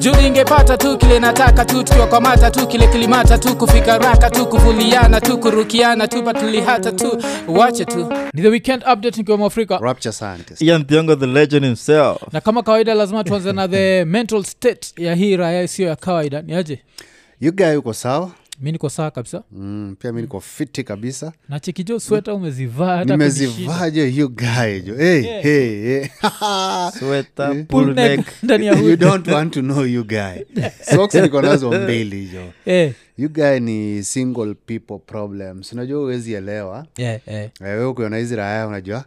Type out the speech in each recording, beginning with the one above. juu ningepata tu kile nataka tu tukiwakwamata tu kile kilimata tu kufika raka tu kuvuliana tu kurukiana tu patulihata tu wache tu ni the weekend update nikiwemo afrika rapture scientist ian thiongo the legend himself na kama kawaida lazima tuanze na the mental state ya hii raya isiyo ya kawaida ni aje yuga yuko sawa mi niko saa kabisa mm, pia mi niko fiti kabisa na chikijo sweta umezivaa hata kunishika. nimezivaje yugae jo hey, Yeah. hey, hey. sweta Full Eh. pull neck neck ndani ya you hood. don't want to know yugae soks niko nazo mbili jo Eh, yugae ni single people problems unajua huwezi elewa eh, eh. Eh, wewe ukiona hizi raya unajua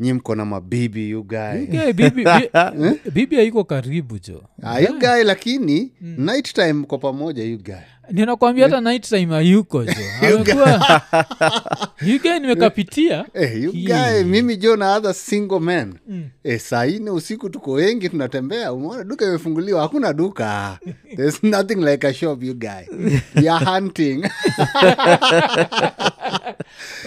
nyi mko na mabibi yugae Yeah, bibi- bi- bibi haiko karibu jo yugae Ah, lakini night time mko pamoja yugae ninakwambia hata night time hayuko jo amekuwa yugae nimekapitia Eh, you guy, Hii. Mm. mimi jo na other single men eh, saa nne usiku tuko wengi tunatembea umeona duka imefunguliwa hakuna duka There's nothing like a shop you guy You're hunting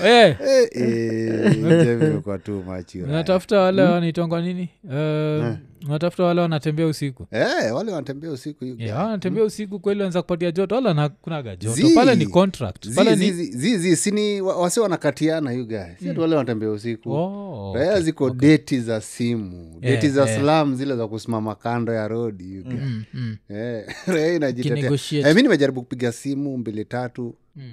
Eh, Eh, eh, Jembe imekuwa too much, you right. unatafuta wale wanaitangwa nini Eh, unatafuta wale wanatembea usiku Eh, wale wanatembea usiku you guy. Yeah, wanatembea usiku kweli wanaweza kupatia joto wala na- kunaga joto Zii. pale ni contract Zi- pale zi- ni Mm. zi- zi- zi- sini wa- wase wanakatiana you guy. Si ati wale wanatembea usiku Oh, Eh, raya ziko deti za simu Yeah, deti za yeah. slam zile za kusimama kando ya rodi you guy. mm. Eh, raya inajitetea Kinegotiate. Eh, mi nimejaribu kupiga simu mbili tatu Mm.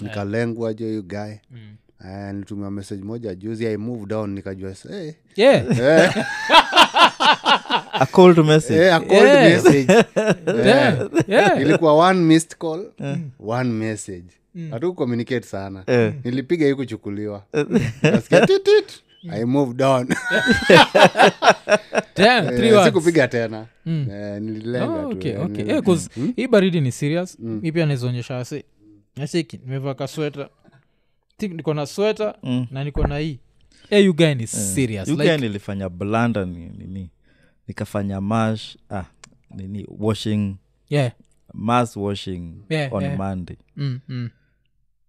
nikalengwa jo you guy Mm. Eh, nilitumiwa message moja juzi i moved on nikajua s- eh, Yeah. a cold message eh, a cold Yeah. message. Yeah. Yeah. ilikuwa one missed call one message Mm. hatu communicate sana Eh. nilipiga hii kuchukuliwa Nasikia tit, tit. Mm. i moved on Damn, three Eh, words. Mm. sikupiga tena Eh, nililenga Oh, tu, okay, eh, okay. nili- Eh, Hmm. 'cause hii baridi ni serious mi pia naizonyesha ase nasiki nimevaa ka sweta Think niko na sweta na niko na hii Eh, you guy ni serious uk like, nilifanya blanda ni- nini nikafanya mash ah, nini washing yeah, mass washing Yeah, on yeah. monday mm, mm,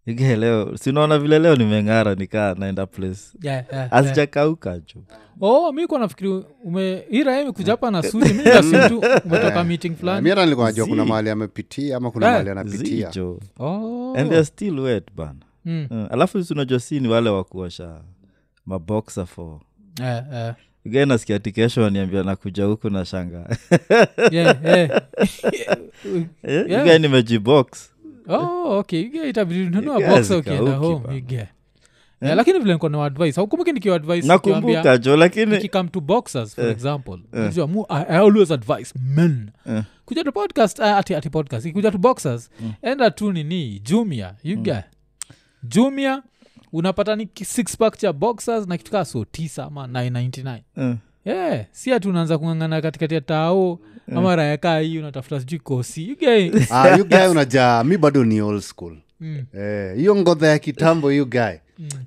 Ike leo sinaona vile leo nimeng'ara nikaa naenda place yeah, yeah, yeah. hazijakauka ju oh mi kuwa nafikiri ume iraemi kuja hapa na suti mi nikasim tu umetoka meeting mi fulani hata nilikuwa najua Zii. kuna mahali amepitia ama kuna Eh, mahali anapitia zijo oh. and they're still wet bana Mm. Uh, alafu sinajua si ni wale wakuosha maboxa fo Eh, eh. gae nasikia ti kesho waniambia nakuja huku na shanga Yeah, eh. Yeah. gae Eh? nimejibox oh, okay You guy itabidi ununua You guys boxer ukienda kauki home bana. you guy. Eh, lakini vile niko na advice hakumbuki nikiwa advice nikiwaambia- nakumbuka jo If you lakini come to boxers for example unajua mu- I, I always advise men kuja to podcast ah, ati, ati podcast kuja to boxers enda tu nini jumia yuga mm. jumia unapata ni ki- six pack cha boxers na kitu kaa so tisa ama 999 uh, yeah, si ati unaanza kung'ang'ana katikati ya tao ama raya kaa hii unatafuta sijui kosi yuga Ah, you guy unajaa mi bado ni old school Mm. Eh, hiyo ngodha ya kitambo you guy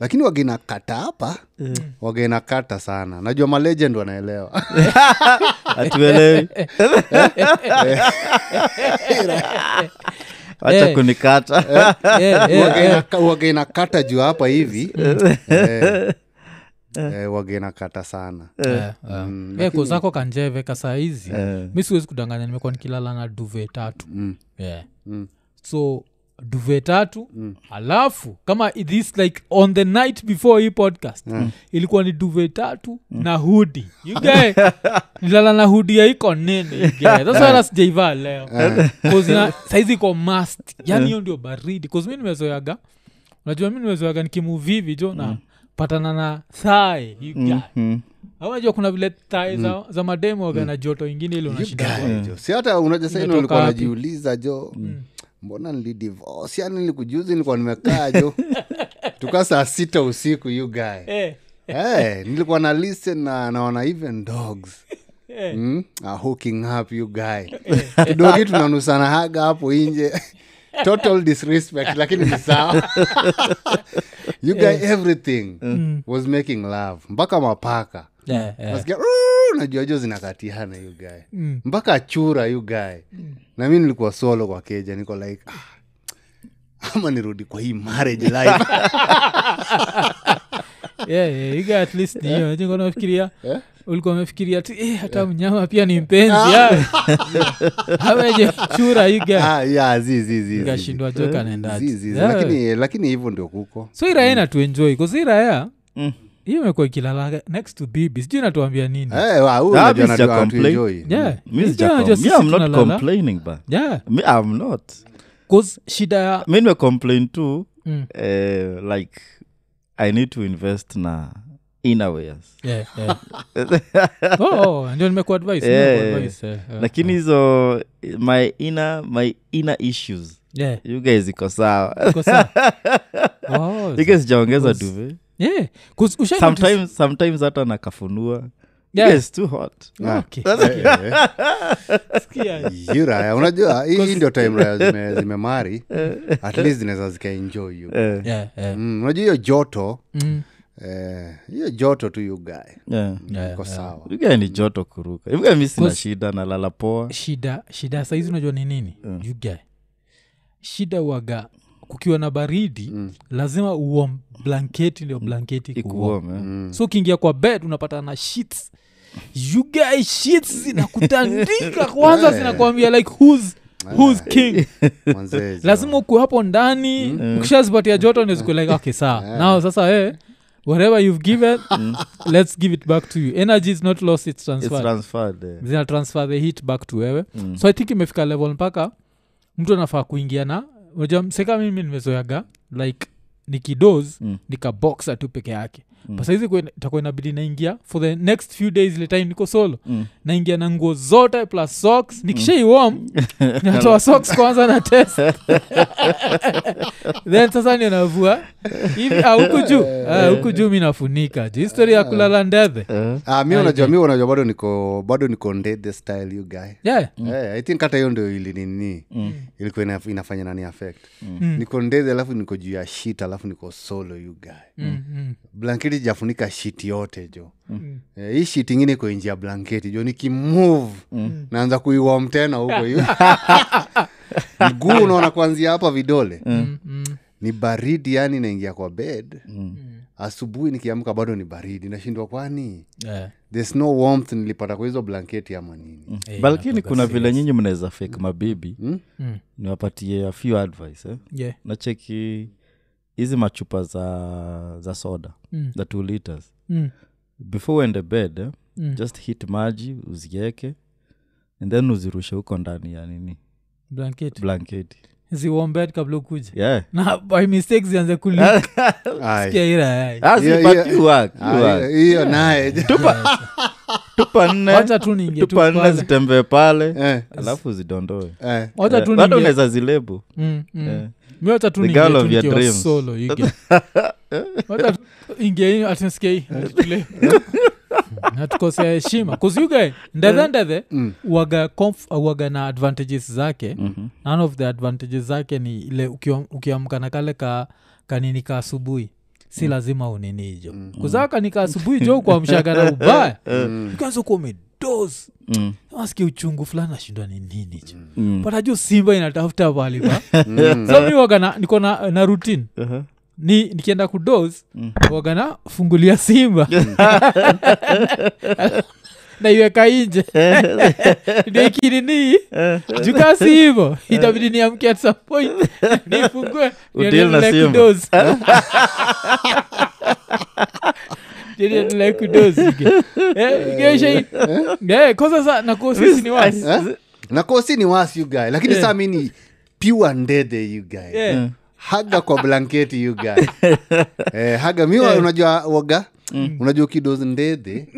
lakini wagenakata hapa Eh. wagenakata sana najua malegend wanaelewa atuelewi Eh. wacha kunikata yeah, yeah, yeah. Wagenaka- wagenakata juu hapa hivi eh, eh, wagenakata sana Eh, eh. Eh, kozako kanjeve kasaizi mi siwezi kudanganya nimekuwa nikilala na duve tatu yeah. so duve tatu alafu kama i- this like on the night before hii podcast ilikuwa ni duve tatu na hudi yugae nilala na hudi yaiko nene thasala sijaivaa leo Cause ina- saizi iko mast yani hiyo ndio baridi kause mi nimezoeaga unajua mi nimezoeaga nikimuvivi jo na patana na thae yugae Mm. Au unajua kuna vile tae za, za mademu waga na joto ingine ile unashinda Guy, kwa- jo. si hata unajasaini Umetoka ulikuwa wapi? Mm. najiuliza jo mbona nilidivosi yani nilikujuzi nilikuwa nimekaa jo tukaa saa sita usiku you guy Eh, hey, nilikuwa na listen na naona even dogs Eh. Mm, are hooking up you guy kidogi tunanusanaaga hapo inje total disrespect lakini ni sawa you guy Eh. everything was making love mpaka mapaka eh, eh. nasikia "Rrrr", najua jo zinakatiana you guy Mm. mpaka chura you guy na mi nilikuwa solo kwa keja niko like "Ah, ama nirudi kwa hii marriage life Yeah, yeah, you guy at least ni hiyo. Unajua niko nafikiria ulikuwa umefikiria ti eh, hata mnyama pia ni mpenzi ya. awenye chura iga Ah, yeah, zi, zi, zi, zi, zi. ikashindwa jo Zi, zi, zi. kanaendaje lakini lakini hivyo ndio kuko so iraya inatuenjoi kuziraya hiyo imekuwa ikilala next to bibi sijui natuambia nini Eh, wa, huyu Ah, unajua mi anajua sijakomplain. hatuenjoy. Mm. yeah. Mi Unajua, sija- unajua me, sisi I'm not tunalala. complaining ba yeah. Me, I'm not 'Cause shida ya mi nimecomplain tu Mm. eh, like i need to invest na inawares yeah, yeah. oh, oh, ndio nimekuadvise Yeah. nimekuadvise, eh, eh. lakini hizo my inner my inner issues Yeah. you guys iko sawa Iko sawa? Oh, you guys jaongeza Because- duve yeah. 'Cause ushai- sometimes sometimes hata nakafunua you Yeah. guys too hot Oh, Okay. Ah. Eh, eh. Sikia. yuraya unajua hii hii ndio time raya zime- zimemari at least zinaweza zikaenjoy you Eh, Yeah, yeah. Mm, unajua hiyo joto Mm. eh, hiyo joto tu you guy yeah. Yeah, iko yeah. sawa You guys ni joto kuruka ivuga mi sina Because- shida nalala poa shida shida saizi unajua ni nini mm. yugae shida waga kukiwa na baridi mm. lazima uom blanketi ndio blanketi ikuom ikuome so ukiingia kwa bed unapata na sheets yugae sheets zinakutandika kwanza zinakwambia like who's, who's king Manze, lazima ukuwe hapo ndani ukishazipatia joto ndio zikueleka okay sawa nao sasa eh, whatever you've given let's give it back to you energy is not lost it's It's Hmm. transferred transferred, eh. zina transfer the heat back to wewe mm. so i think imefika level mpaka mtu anafaa kuingia na unajua mseka mimi nimezoeaga like nikidos mm. nikaboksa tu peke yake mm. pasaizi itakuwa inabidi naingia for the next few days ile time niko solo mm. naingia na nguo zote plus Mm. socks nikishaiwom natoa socks kwanza na test then sasa ndio navua hivi ah, huku juu Ah, huku juu mi nafunika juu histori ya kulala ndethe Eh. Ah, mi unajua mi unajua bado niko bado niko ndede style you guy yeah. Eh, i think hata hiyo ndio ilinini Mm. ilikuwa ina- inafanya nani affect niko ndede alafu niko juu ya shit alafu niko solo you guy mm, mm. blanketi jafunika shit yote jo Mm. Eh, hii shit ingine iko inji ya blanketi jo nikimove Mm. naanza kuiwom tena huko hiyo mguu unaona kuanzia hapa vidole Mm, mm. ni baridi yani naingia kwa bed asubuhi nikiamka bado ni baridi nashindwa kwani Yeah. there's no warmth nilipata kwa hizo blanketi ama nini Eh, balkini kuna inakuwaga vile nyinyi mnaweza fake mabibi Mm. niwapatie a few advice eh? Yeah. nacheki hizi machupa za za soda Mm. za two liters Mm. before uende bed eh? Mm. just hit maji uzieke and then uzirushe huko ndani ya nini blanketi blanketi ziwombed kabla ukuja yeah. na by mistake zianze kulikia Ai. ira Ah, si, Yeah, but yeah. you work, you Ah, hiyo- work. hiyo naye tupa nne wacha tu niingie tu tupa nne pale. zitembee pale Eh, alafu uzidondoe eh. wacha tu bado niingie- unaweza Eh. zilebu Mm, mm. Mi wacha tu The niingie girl tu of your nikiwa dreams. solo, you get. Wacha tu ingie in, ati nisikie Eh. hii, ati tule. natukosea heshima kuziugae ndethe Eh. ndethe mm, uaga, comf- uaga na advantages zake Mm. mhm, none of the advantages zake ni ile ukiwa- ukiamka na kale ka kanini ka asubuhi si Mm. lazima unini hijo kuzaa kanika asubuhi jo kuamshaga na ubaya mm, ukianza kuwa umedos Mm. maski uchungu fulani nashindwa ni nini jo Mm. patajo simba inatafuta pali pa mm. so mi waga na- niko na, na rutin Uh-huh. ni nikienda kudos Mm. waga na fungulia simba naiweka inje ndio ikinini jukasi hivo itabidi niamke at some point nifungue Udeal niendelee na simba. kudoze. Niendelee kudoze, ige. Eh, igeisha hii. Eh, kosa sa nakuwa sisi ni wasi Eh? na kosi ni was you guy lakini Yeah. saa mi ni pure ndede you guy Yeah. Eh. haga kwa blanketi you guy eh, haga mi wa- unajua waga Mm. unajua ukidos ndede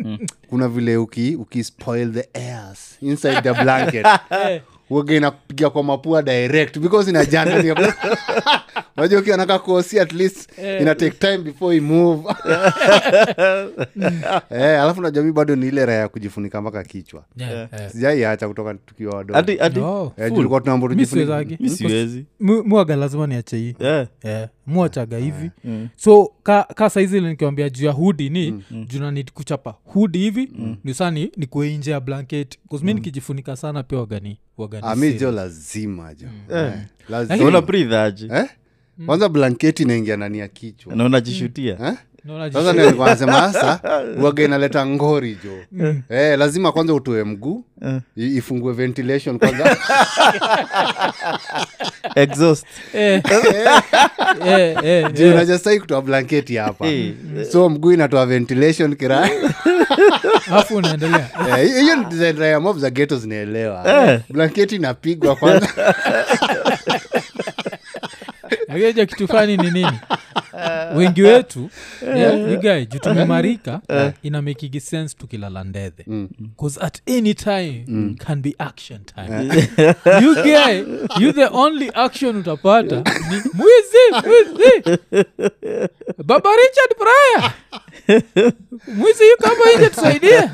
kuna vile uki, uki spoil the airs inside the blanket Eh. waga inapiga kwa mapua direct because inajana ni- unajua ukiwa naka kosi at least Eh. ina take time before imove eh, alafu najua mi bado ni ile raha ya kujifunika mpaka kichwa Yeah, yeah. sijaiacha kutoka tukiwa wadogo Hadi- hadi- No. Eh, tulikuwa tunaamuru Mi jifunika. siwezagi. mi siwezi Eh, Mu- muaga lazima niache hii yeah. yeah. mwachaga Eh, Mm. hivi so ka, ka saizi ile nikiwambia juu ya hudi ni mm. juu nanid kuchapa hudi hivi mm. nisaa ni, nikuwe nje ya blanket kasmi mm. nikijifunika sana pia wagani wagani Ah, mi jo lazima jo Eh, Mm. lazima. So una breathe aje Eh? kwanza blanketi inaingia ndani ya kichwa na unajishutia Eh? Naona sasa ndio nilikuwa nasema sasa uwaga inaleta ngori jo eh, lazima kwanza utoe mguu i- ifungue ventilation kwanza Mm. exhaust Eh, eh, eh, Juu unajastai kutoa blanketi hapa Eh. so mguu inatoa ventilation kira alafu unaendelea Eh, hi- hiyo ni design ya mob za geto zinaelewa blanketi inapigwa kwanza akija kitu fani ni nini wengi wetu Eh. yeah, you guy juu tumemarika ina makigi sense tukilala ndethe Mm. bcause at any time can be action time Eh. you guy you the only action utapata ni mwizi mwizi baba richard pryor mwizi yuko hapo nje tusaidie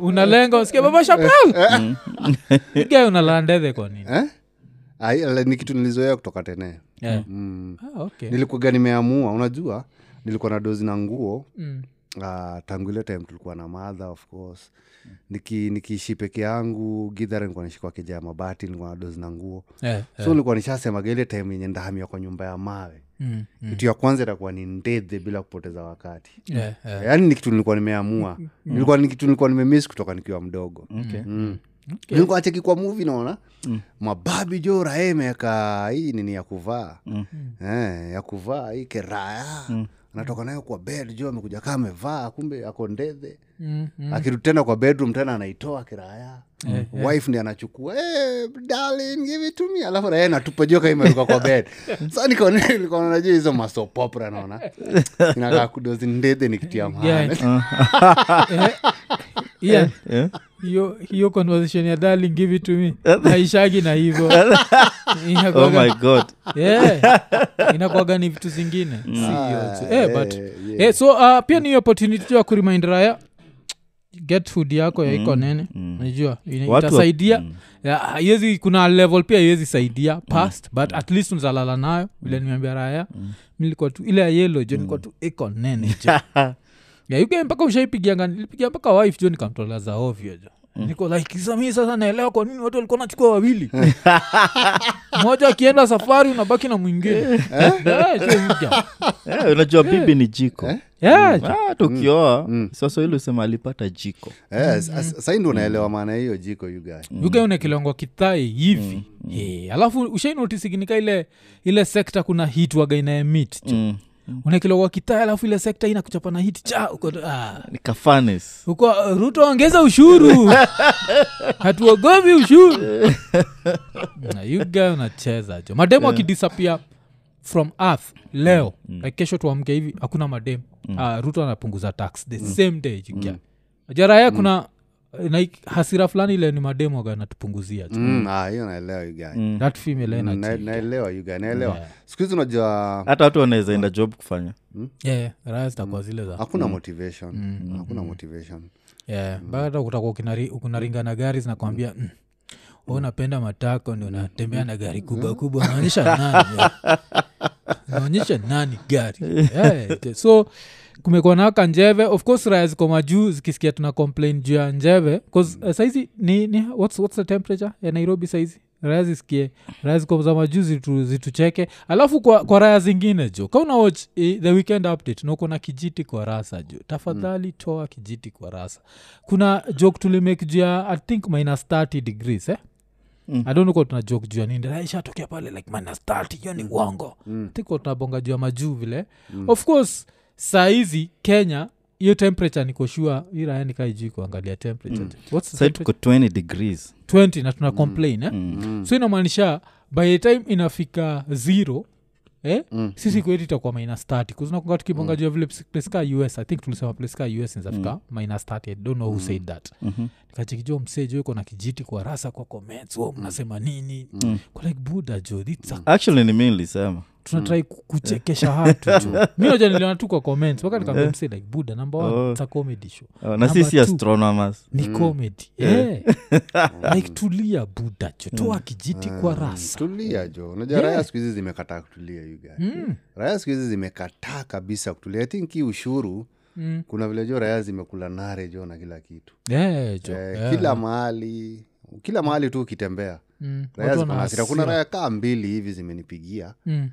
unalenga usikie baba shapral Mm. you guy unalala ndethe kwa nini eh? Ai, ala- ni kitu nilizoea kutoka tene yeah. mm. ah, okay. nilikuga nimeamua unajua nilikuwa na dozi na nguo mm. uh, tangu ile time tulikuwa na madha of course Niki- nikiishi peke yangu gidhara nilikuwa naishi kwa keja ya mabati nilikuwa na dozi na nguo yeah, so nilikuwa nishasemaga ile time yenye ndahamia kwa nyumba ya mawe Mm, kitu ya kwanza itakuwa ni ndedhe bila kupoteza wakati yeah, yeah. yaani ni kitu nilikuwa nimeamua nilikuwa ni kitu nilikuwa nimemis kutoka nikiwa mdogo Mm-hmm. Okay. Mm. Mm. nilikuwa nacheki kwa muvi naona mababi jo raha imeeka hii nini ya kuvaa Mm. eh, ya kuvaa hii keraya anatoka nayo kwa bed jo amekuja kaa amevaa kumbe ako ndedhe Mm, mm. Eh, akirudi tena kwa bedroom tena anaitoa kiraya wife ndi anachukua hey, darling give it to me alafu raha natupa jo kaimeruka kwa bed sa nikonaja hizo masopopra naona inakaa kudozi ndedhe ni kitu ya maana Ian, Yeah. Eh, hiyo hiyo conversation ya darling give it to me naishagi na hivo oh Inakuwaga- my god Mm. Yeah. inakuwaga ni vitu zingine Si hiyo Ah, tu. Eh, but- Eh, eh, so uh, pia ni opportunity tu ya kurimind raya get hood yako yaiko nene najua ina- Mm. Watu wa- Mm. itasaidia Ya, haiwezi kuna level pia iwezi saidia past Mm. but at least unzalala nayo vile nimeambia raya nilikuwa tu ile ya yelo Mm. jo nilikuwa tu iko nene jo Yeah, you guy mpaka ushaipigianga nilipigia mpaka wife jo nikamtolea za ovyo jo Mm. niko like sasa mimi sasa naelewa kwa nini watu walikuwa nachukua wawili mmoja akienda safari unabaki na mwingine Eh, Yeah, jo, you guy. Eh, unajua bibi ni jiko Eh? Yeah, jo. Ah, tukioa Mm. sasa hili usema alipata jiko Mm-hmm. Yes, as- sai ndo unaelewa maana ya hiyo jiko yugae ugauna kilongo kithai hivi Eh, alafu ushainotisignika ile ile sekta kuna hit waga inaemit mm. mm. unakilongo kithai alafu ile sekta inakuchapa na hit cha uko ah. ni kafanes uko uh, ruto ongeza ushuru hatuogopi ushuru Na you guy unacheza jo mademu akidisapia from earth leo like kesho tuamke hivi hakuna mademu Ah, ruto anapunguza tax the same day you guy. jaraya kuna eh, like, hasira fulani ile ni mademu aga anatupunguzia jo Mm, ah, hiyo naelewa yugae that female energy naelewa yugae naelewa siku hizi unajua Ah. hata watu wanaweza enda job kufanya yeah, raya zitakuwa zile za hakuna motivation Mm-hmm. hakuna motivation yeah. baada utakuwa ukinari- ukinaringa na gari zinakwambia mm. Mm. wewe unapenda matako ndio unatembea na gari kubwa kubwa naonyesha nani yeah. naonyesha nani gari yeah. okay. so kumekuwa nao kanjeve of course raya ziko majuu zikisikia tuna complain juu ya njeve bcause uh, saizi ni, ni what's, what's the temperature ya nairobi saizi raya zisikie raya ziko za majuu zitu, zitucheke alafu kwa, kwa raya zingine jo ka una watch eh, the weekend update na uko na kijiti kwa rasa jo tafadhali mm. toa kijiti kwa rasa kuna joke tulimake juu ya i think minus 30 degrees eh? adonuko tuna joke juu ya nini Raya ishatokea pale like minus 30 hiyo ni uongo tiko tunabonga juu ya majuu vile of course saa hizi kenya hiyo temperature nikoshua hii raya nikaijui kuangalia temperature What's the sai temperature? tuko 20 degrees 20 na tuna complain eh? so inamaanisha by the time inafika zero Eh? Mm. sisi kwetu itakuwa minus 30 kuznakunga tukibonga juu ya vile psi- place ka us i think tulisema place ka us inzafika minus 30 i don't know who said that Mhm. nikachekijua msejo iko na kijiti kwa rasa kwa comments wo mnasema nini Mm. kwa like buda jo thits a actually ni mi nilisema Mm. tunatrai ku- kuchekesha hatu jo mi naja niliona tu kwa comments Mm. mpaka nikaambia mse like buda number one Oh. it's a comedy show Oh, na Number sisi two, astronomers ni Mm. comedy yeah. like tulia buda Mm. jo toa kijiti kwa rasa Hmm? tulia jo unajua raya siku hizi zimekataa kutulia yugae Mm. raya siku hizi zimekataa kabisa kutulia i think hii ushuru Mm. kuna vile jo raya zimekula nare jo na kila kitu yeah, jo eh, yeah. kila mahali kila mahali tu ukitembea Mm. raya Watu ziko na wana hasira kuna hasira. raya kaa mbili hivi zimenipigia Mm.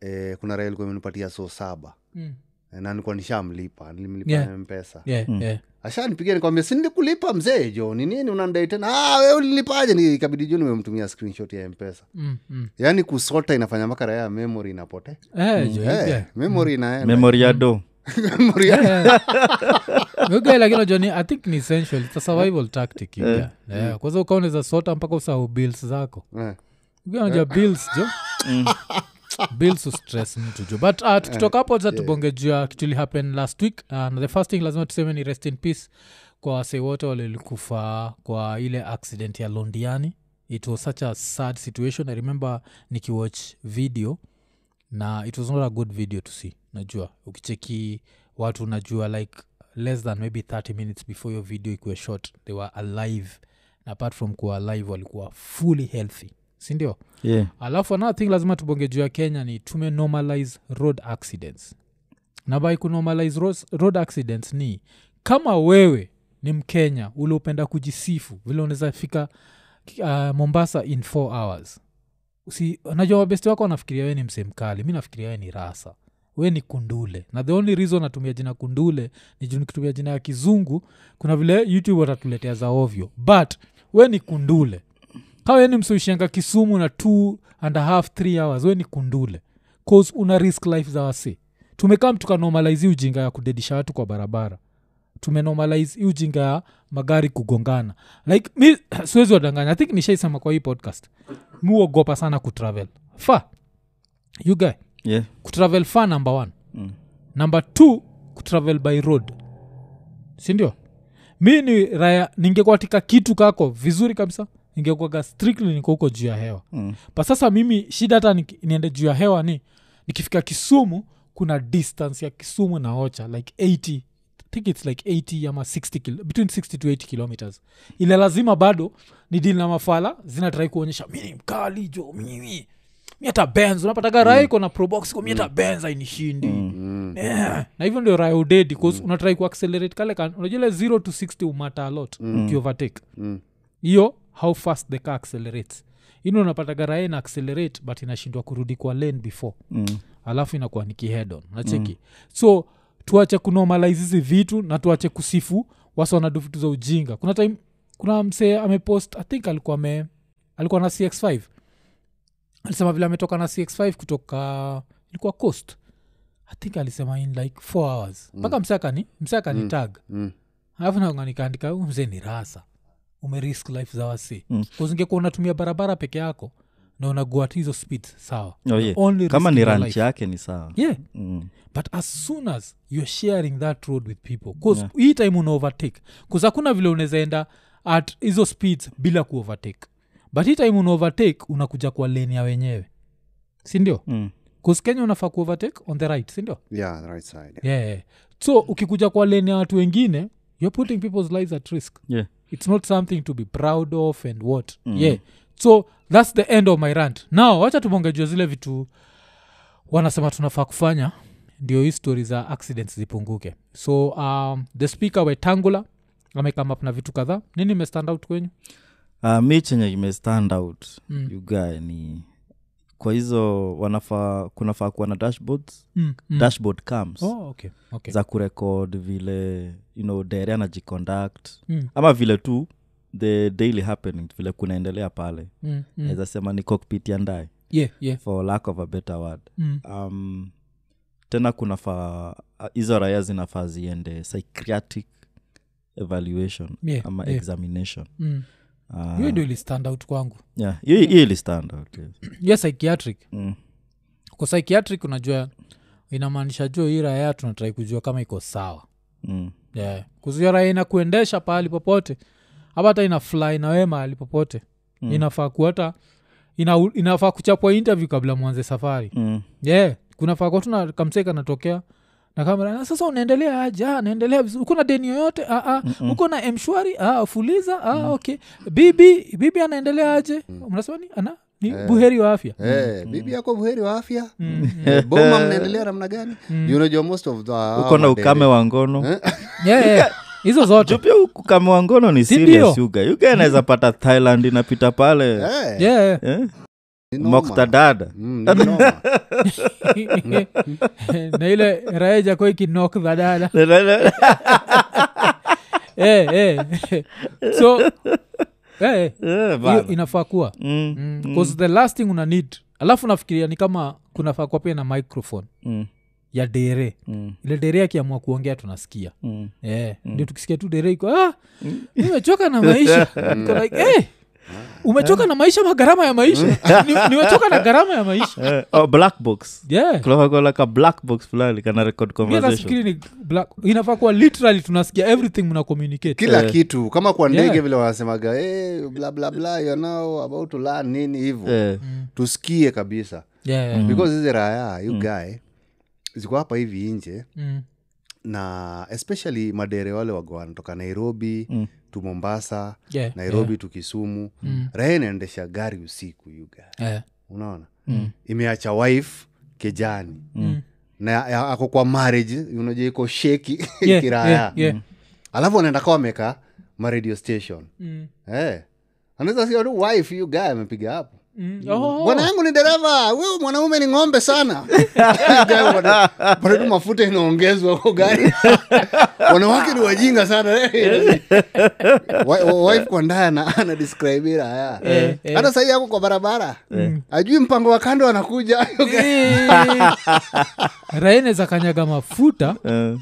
eh, kuna raya ilikuwa imenipatia so saba Mm. na nilikuwa nishamlipa nilimlipa Yeah. na mpesa yeah, yeah. ashanipigia nikwambia sinilikulipa mzee jo ni nini unandai tena "Ah, we ulilipaje Ni- ikabidi juu nimemtumia screenshot ya mpesa Mm, mm. yaani kusota inafanya mpaka raya ya memory inapotea Eh, jo, Eh, yeah. memory inaenda memory ya do Memory ya- Okay, lakini unajua ni- i think ni essential it's a survival tactic you get. yeah. kwanza ukaoneza sota mpaka usahau bills zako Eh, Ukiwa unajua bills jo bills ustress mtu jo but uh, tukitoka hapo sasa tubonge juu ya kitu ili happen last week and the first thing lazima tuseme ni rest in peace kwa wasee wote walilikufa kwa ile accident ya londiani it was such a sad situation i remember nikiwatch video na it was not a good video to see najua ukicheki watu najua like less than maybe 30 minutes before your video ikuwe short they were alive na apart from kuwa alive walikuwa fully healthy sindio yeah. Mm. alafu another thing lazima tubonge juu ya kenya ni tume normalize road accidents na by kunormalize roads- road accidents ni kama wewe ni mkenya uliopenda kujisifu vile unaweza fika uh, mombasa in four hours Usi, najua mabesti wako wanafikiria wee ni msemkali mi nafikiria wee ni rasa we ni kundule na the only reason natumia jina kundule ni juu nikitumia jina ya kizungu kuna vile youtube watatuletea za ovyo but we ni kundule kawa yani msoishianga kisumu na two and a half three hours we ni kundule cause una risk life za wasi tumekaa tukanomalizi ujinga ya kudedisha watu kwa barabara tumenomalize hii ujinga ya magari kugongana like mi siwezi wadanganya i think nishaisema kwa hii podcast muogopa sana kutravel fa you guy yeah. kutravel fa number one mm. number two kutravel by road sindio mi ni raya ningekuwa katika kitu kako vizuri kabisa ningekuaga strictly niko huko juu ya hewa Mm. but sasa mimi shida hata niki- niende juu ya hewa ni nikifika kisumu kuna distance ya kisumu na ocha like 80 I think its like 80 ama 60 kil- between 60 to 80 kilometers ile lazima bado ni dili na mafala zinatrai kuonyesha mi ni mkali jo mimi mi hata benz unapataga rai kona probox ko mi hata benz ainishindi yeah. na hivyo ndio raya udedi mm. unatrai kuaccelerate kale kan unajua ile 0 to 60 umata a lot mm. ukiovertake hiyo how fast the car accelerates ino unapataga raha ina accelerate but inashindwa kurudi kwa lane before Mm. alafu inakuwa ni kihedon nacheki mm. so tuache kunormalize hizi vitu na tuache kusifu wasi wanadu vitu za ujinga kuna time kuna msee amepost i think alikuwa ame, alikuwa na cx5 alisema vile ametoka na cx5 kutoka ilikuwa coast i think alisema in like f hours mpaka mm. msakani msakani mm. tag mm. alafu nanganikaandika huyu mzee ni rasa umerisk life za wasi Mm. kuzingekuwa unatumia barabara peke yako na unagua tu hizo speed sawa Oh, yeah. Only kama risk ni in your ranch life. yake ni sawa yeah mm. but as soon as youare sharing that road with people bcause yeah. hii time una overtake bcause hakuna vile unawezaenda at hizo speeds bila kuovertake but hii time una overtake unakuja kwa leni ya wenyewe sindio Mm. bcause kenya unafaa kuovertake on the right sindio yeah, right side. yeah, yeah. so ukikuja kwa leni ya watu wengine youare putting people's lives at risk Yeah. it's not something to be proud of and what mm. yeah so that's the end of my rant now wacha tumongejua zile vitu wanasema tunafaa kufanya ndio hii stori za accidents zipunguke so um, the speaker wetangula amekam up na vitu kadhaa nini imestand out kwenyu Uh, mi chenye kimestand out Mm. mm. yugae ni kwa hizo wanafaa kunafaa kuwa na dashboards mm, mm. dashboard cams oh, okay, okay. za kurekod vile you know dere anajiconduct Mm, ama vile tu the daily happening vile kunaendelea pale mm, mm. naweza sema ni cockpit ya ndae yeah, yeah. for lack of a better word Mm, um, tena kunafaa hizo raya zinafaa ziende psychiatric evaluation Yeah, ama yeah. examination mm. Ah, hiyo ndio ilistand out kwangu yeah, hiyo hiyo ilistand out yes. yeah, psychiatric Mm. kwa psychiatric unajua inamaanisha jua hii raya tunatrai kujua kama iko sawa Mm. yeah. kuziora ina kuendesha pahali popote hapa hata ina fly na wewe mahali popote mm. inafaa kuata ina, inafaa kuchapwa interview kabla mwanze safari Mm. yeah kunafaa kuwa tuna kamseka natokea na kamera "Ah, sasa unaendelea aje Ah, naendelea vizuri uko na deni yoyote Ah, ah. uko na emshwari ah, fuliza ah, okay bibi bibi anaendelea aje mnasema ni ana ni buheri wa afya Eh, bibi yako buheri wa afya Mm, mm. Eh, boma mnaendelea namna gani You unajua most of the- ah, uko na hawa ukame wa ngono yeah, yeah. hizo zote juu pia ukame wa ngono ni Si serious ndio? uga uga inaweza pata thailand inapita pale madere. Eh, yeah, yeah. Eh? Ni noma. moktadada Mm, ni noma. na ile raejako ikinok dhadada Eh, eh. so eh, eh. hiyo inafaa kuwa Mm, bcause the last thing una need alafu nafikiria ni kama kunafaa kuwa pia na microphone ya dere mm, ile dere akiamua kuongea tunasikia eh, ndio tukisikia tu dere iko ah, nimechoka na maisha Niko like, eh, umechoka na maisha magharama ya maisha Ni- nimechoka na gharama ya maisha Eh, oh, black box yeah kulavakolaka black box fulani kana record Mimi conversation nafikiri ni black inafaa kuwa literally tunasikia everything mna communicate kila kitu kama kwa ndege Yeah. vile wanasemaga eh, hey, blablabla you're now about to learn nini hivo Mm. Eh, tusikie kabisa yeah, yeah. because hizi raya you guy ziko hapa hivi nje Mm. na especially madere wale wago wanatoka nairobi mm. tu mombasa Yeah, nairobi tu kisumu mm. raha inaendesha gari usiku you guy yeah. unaona mm. imeacha wife kejani Mm. na ya- ako kwa marriage unaja iko sheki Yeah, kiraya yeah, yeah. alafu anaenda kawa ameka maradio station Mm. hey. anaweza sikia tu wife you guy amepiga hapo Mm. Oh, bwana yangu ni dereva huyu mwanaume ni ng'ombe sana panatu mafuta inaongezwa kwa gari wanawake ni wajinga sana Wa- wa- wife kwa ndaya ana- anadescribira haya Eh, eh. hata sahii yako kwa barabara ajui mpango wa kando anakuja Eh. raene za kanyaga mafuta eh,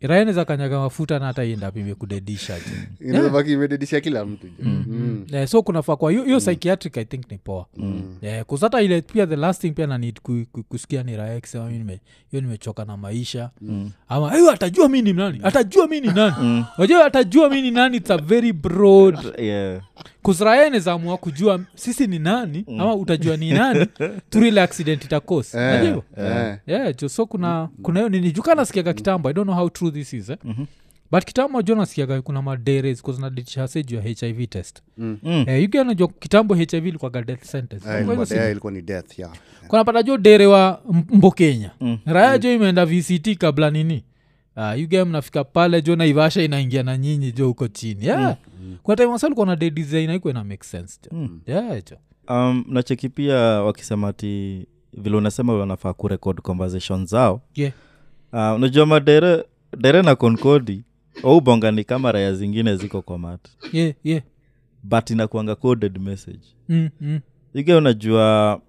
raene za kanyaga mafuta na hata iendapime kudedisha tu inabaki imededisha kila mtu jo. Mm. Eh, so kunafaa kwa hiyo hiyo psychiatric i think ni poa Eh, 'cause hata ile pia the last thing pia nanid ku, ku, kusikia ni raha akisema "Mimi nime- hiyo nimechoka na maisha ama hiyo atajua mi ni nani atajua mi ni nani wajua atajua mi ni nani its a very broad yeah. kuzraenezamua kujua sisi ni nani ama utajua ni nani turile accident itakosi Eh, najua eh. yeah, jo, so kuna kuna hiyo nini juka nasikiaga kitambo i don't know how true this is eh? mm-hmm. but kitambo jo nasikiaga kuna maderes kuzinaditishase juu ya hiv test mm. eh, yuki anajua kitambo hiv ilikwaga death sentence Eh, Kwa hivyo ilikuwa- si- eh, ilikuwa ni death yeah. kunapata jo dere wa M- mbo kenya raya jo imeenda vct kabla nini Uh, uga mnafika pale jo naivasha inaingia na nyinyi jo huko chini yeah. mm. kuna time wasalikuwa na dedizinaikuwa na make sense jo mm. yeah, jo um, nacheki pia wakisema ti vile unasema wanafaa kurekod conversation zao yeah. uh, unajua madere dere na konkodi waubonga ni kama raya zingine ziko kwa mat Yeah, yeah. but inakuanga coded message Mm, mm. ige unajua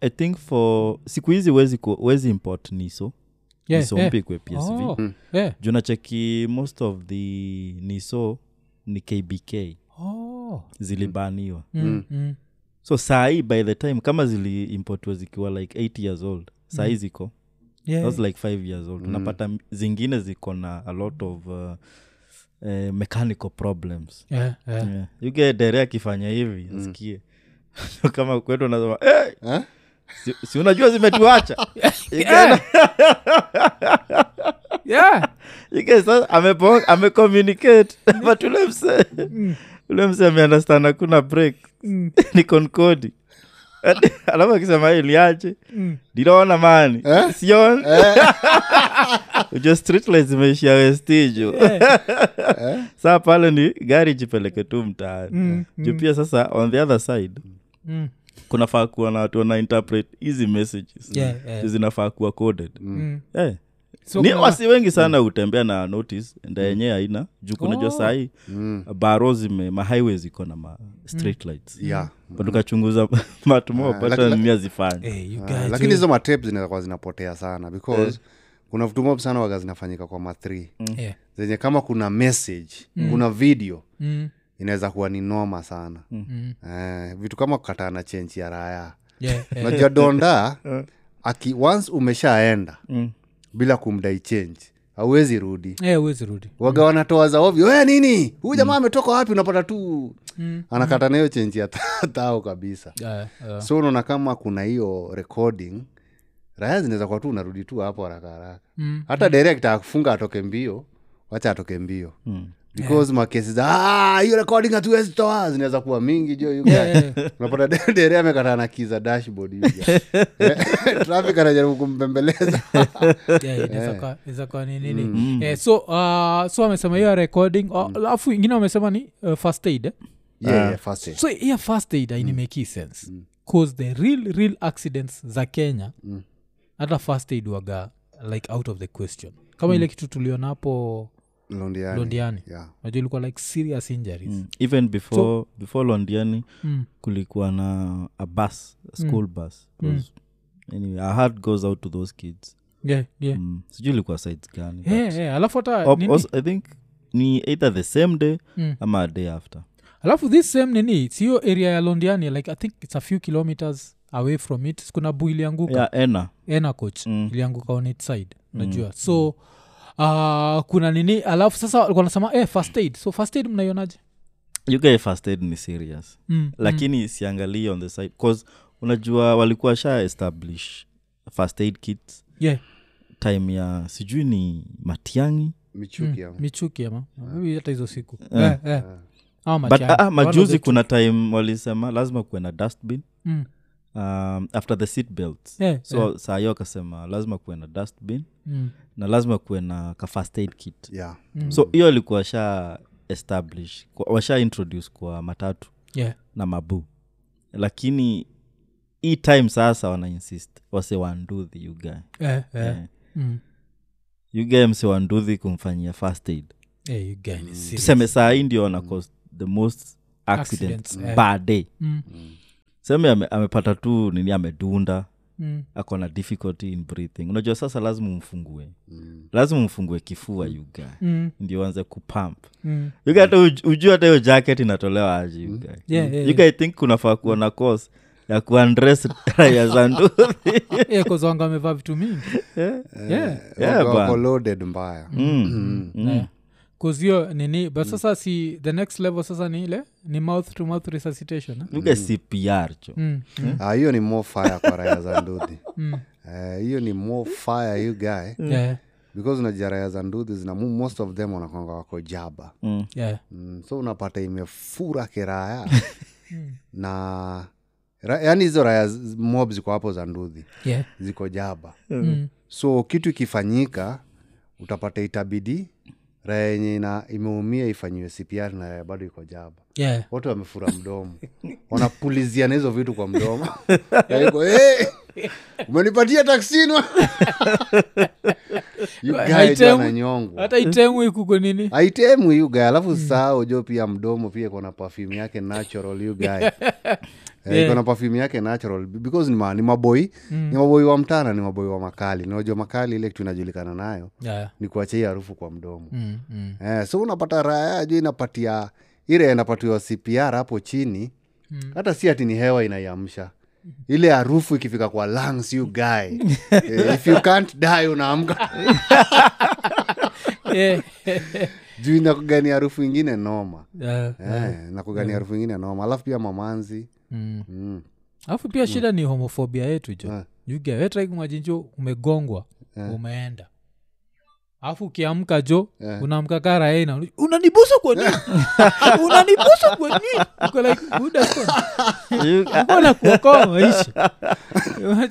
i think for siku hizi wezi, ku- wezi import niso Yeah, niso yeah. mpikwe psv Oh, oh. yeah. juu nacheki most of the niso ni kbk Oh. zilibaniwa Mm, mm. so sahii by the time kama ziliimpotiwa zikiwa like 8 years old sahii ziko Yeah. thats like 5 years old unapata m- zingine ziko na a lot of uh, eh, mechanical problems Yeah, yeah. yeah. yuge dere akifanya hivi asikie kama kwetu unasema hey! Eh? si, si unajua zimetuacha Yuge- Yeah. yuge sasa amepo- amecommunicate Mm. but ule mse ule mse ameunderstand hakuna break Mm. ni konkodi alafu akisema "Hey, liache Mm. ndinaona mani Eh? sion ujo streetlight zimeishia westiju saa pale ni gari jipeleke tu mtaani Eh? Mm, juu pia sasa on the other side Mm. kunafaa kuwa na watu wanainterpret hizi messages Yeah, yeah. Juu zinafaa kuwa coded Mm. Eh. So ni kuna- wasi wengi sana hutembea na notice nda yenyewe haina juu kunajua Hmm. Oh. sahii Mm. baro zime mahighway ziko na ma street Hmm. lights Yeah. but ukachunguza matumaa upata laki- nia zifanya Eh, you Ah, guys, lakini you- hizo matep zinaweza kuwa zinapotea sana because kuna vitu mob sana waga zinafanyika kwa mathri Yeah. zenye kama kuna message kuna video Mm, inaweza kuwa ni noma sana mm. eh, vitu kama kukataa na chenji ya raya Yeah, yeah. najua donda Eh. aki once umeshaenda Mm. bila kumdai change hauwezi rudi Eh, huwezi rudi waga wanatoa za ovyo "Eh, nini huyu jamaa ametoka wapi unapata tu Mm. anakata nayo chenji ya ta- tao kabisa Yeah, yeah. so unaona kama kuna hiyo recording raya zinaweza kuwa tu unarudi tu hapo haraka haraka Mm. hata dere akitaka kufunga atoke mbio wacha atoke mbio because makesi za "Ah, hiyo recording hatuwezi toa zinaweza kuwa mingi jo you guys." unapata de- dere amekataa na kiza dashboard you guys. Eh, traffic anajaribu kumpembeleza Yeah, inaweza kuwa- inaweza kuwa ni nini ah, oh, Mm. eh, so uh, so amesema hiyo ya recording alafu ingine wamesema ni uh, first aid eh? yeah, yeah, first aid. so hiya first aid ainimeki mm. sense cause the real real accidents za kenya Mm. hata first aid waga like out of the question kama ile kitu tulionapo Londiani. londiani Yeah. najua ilikuwa like serious injuries mm. Hmm. even before so, before londiani Mm. kulikuwa na a bus a Hmm. school mm. bus 'Cause anyway our heart goes out to those kids Yeah, yeah. mm. sijui ilikuwa sides gani but- Yeah, yeah. alafu hata Ob- nini? also, i think ni either the same day Mm. ama a day after alafu this same nini siyo area ya londiani like i think its a few kilometers away from it kuna bu ilianguka yeah, ena ena coach Mm. ilianguka on its side najua so uh, kuna nini alafu sasa walikuwa wanasema eh, first aid so first aid mnaionaje you guy first aid ni serious mm. lakini siangalie on the side bcause unajua walikuwa sha establish first aid kits yeah. time ya sijui ni matiangi Mm, michuki ama. michuki ama Maybe hata hizo siku Eh. eh, eh. Ama but machani. ah, ah, One of majuzi the kuna time walisema lazima kuwe na dustbin two. Mm. um, after the seat belts Yeah, so yeah. saa hiyo akasema lazima kuwe na dustbin Mm. na lazima kuwe na ka first aid kit Yeah. so hiyo alikuwa sha establish kwa- washa introduce kwa matatu Yeah. na mabu lakini hii time sasa wana insist wase wanduthi ugae Eh, eh. Mm. ugae mse wanduthi kumfanyia first aid Eh, you guys, serious. Mm. tuseme saa hii ndio wana cause the most accidents, Mm. Accidents, eh. per day Mm. seme ame, amepata tu nini amedunda Mm. ako na difficulty in breathing unajua sasa lazima umfungue lazima umfungue kifua ugae Mm. ndio anze kupamp Mm. hata ujue hata hiyo jacket inatolewa aje you guy. Mm. Yeah, yeah, You guy think kunafaa kuwa na course ya kuandress raia za nduthi Eh, 'cause wanga wamevaa vitu mingi yeah. Eh. Yeah, Wako- wako bwana. loaded mbaya Mm. Mm. kuzio nini but sasa si the next level sasa ni ile ni mouth to mouth resuscitation eh? You guy cpr cho mm. Ah, hiyo ni more fire kwa raya za ndudhi Eh, hiyo ni more fire you guy yeah, because unajua raya za ndudhi zina mo- most of them wanakwanga wako jaba yeah. mm, so unapata imefura kiraya na ra, yani hizo raya z- mob ziko hapo za ndudhi yeah. ziko jaba Mm. so kitu ikifanyika utapata itabidi raya yenye ina- imeumia ifanyiwe cpr na raya bado iko jaba yeah. wote wamefura mdomo wanapuliziana hizo vitu kwa mdomo yaiko hey! umenipatia taksinwa Haitemu. ananyongwa hata itemu ikuko nini aitemu yuga Mm. alafu saa ujo pia mdomo pia iko na perfume yake natural yuga iko na perfume yake natural because ni, ma, ni maboi Mm. ni maboi wa mtana ni maboi wa makali najua makali ile kitu inajulikana nayo yeah. ni kuacha hii harufu kwa mdomo mm. Mm. eh, so unapata raya ju inapatia ile inapatiwa cpr hapo chini Mm. hata si ati ni hewa inaiamsha ile harufu ikifika kwa lungs you guy eh, if you can't die unaamka yeah. juu nakugani harufu ingine noma yeah. eh, nakugani harufu ingine noma alafu pia mamanzi mm. mm. alafu pia shida ni homofobia yetu jo Ah. yuga wetraikimwajinjo umegongwa umeenda alafu ukiamka jo Eh. unaamka karaena unanibusa kwa nini unanibusa kwa nini uko like udakona You- ah, kuokoa maisha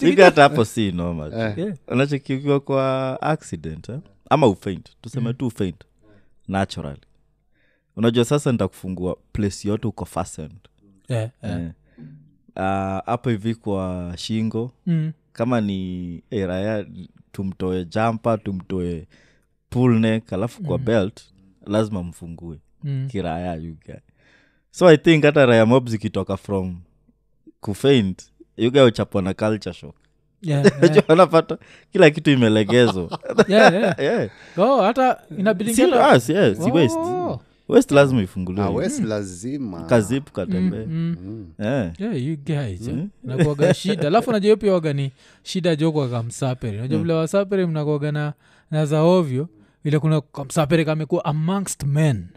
you guy hata hapo si noma Eh. Yeah. unachekikiwa kwa accident eh? ama ufaint tuseme tu ufaint naturally unajua sasa nitakufungua place yote uko fastened Yeah, yeah. Eh. Ah, hapo hivi kwa shingo Mm, kama ni eh, raya tumtoe jampa tumtoe pulnek alafu kwa belt lazima mfungue mm. kiraya yuga so i think hata raya mob zikitoka from kufaint yuga uchapwa na culture shock Yeah, yeah, anapata kila kitu imelegezwa yeah, yeah. yeah. Oh, hata si, inabilingia ah, si, yeah, si west west lazima Ah, ifunguliwe wes lazima Mm. kazipu Mm. katembee Eh. Yeah, you guys, eh. Inakuwaga shida alafu najua pia waga ni shida jokwaga msapere najua vile wasapere mnakuaga na, na za ovyo ile kuna kamsapere kamekuwa amongst men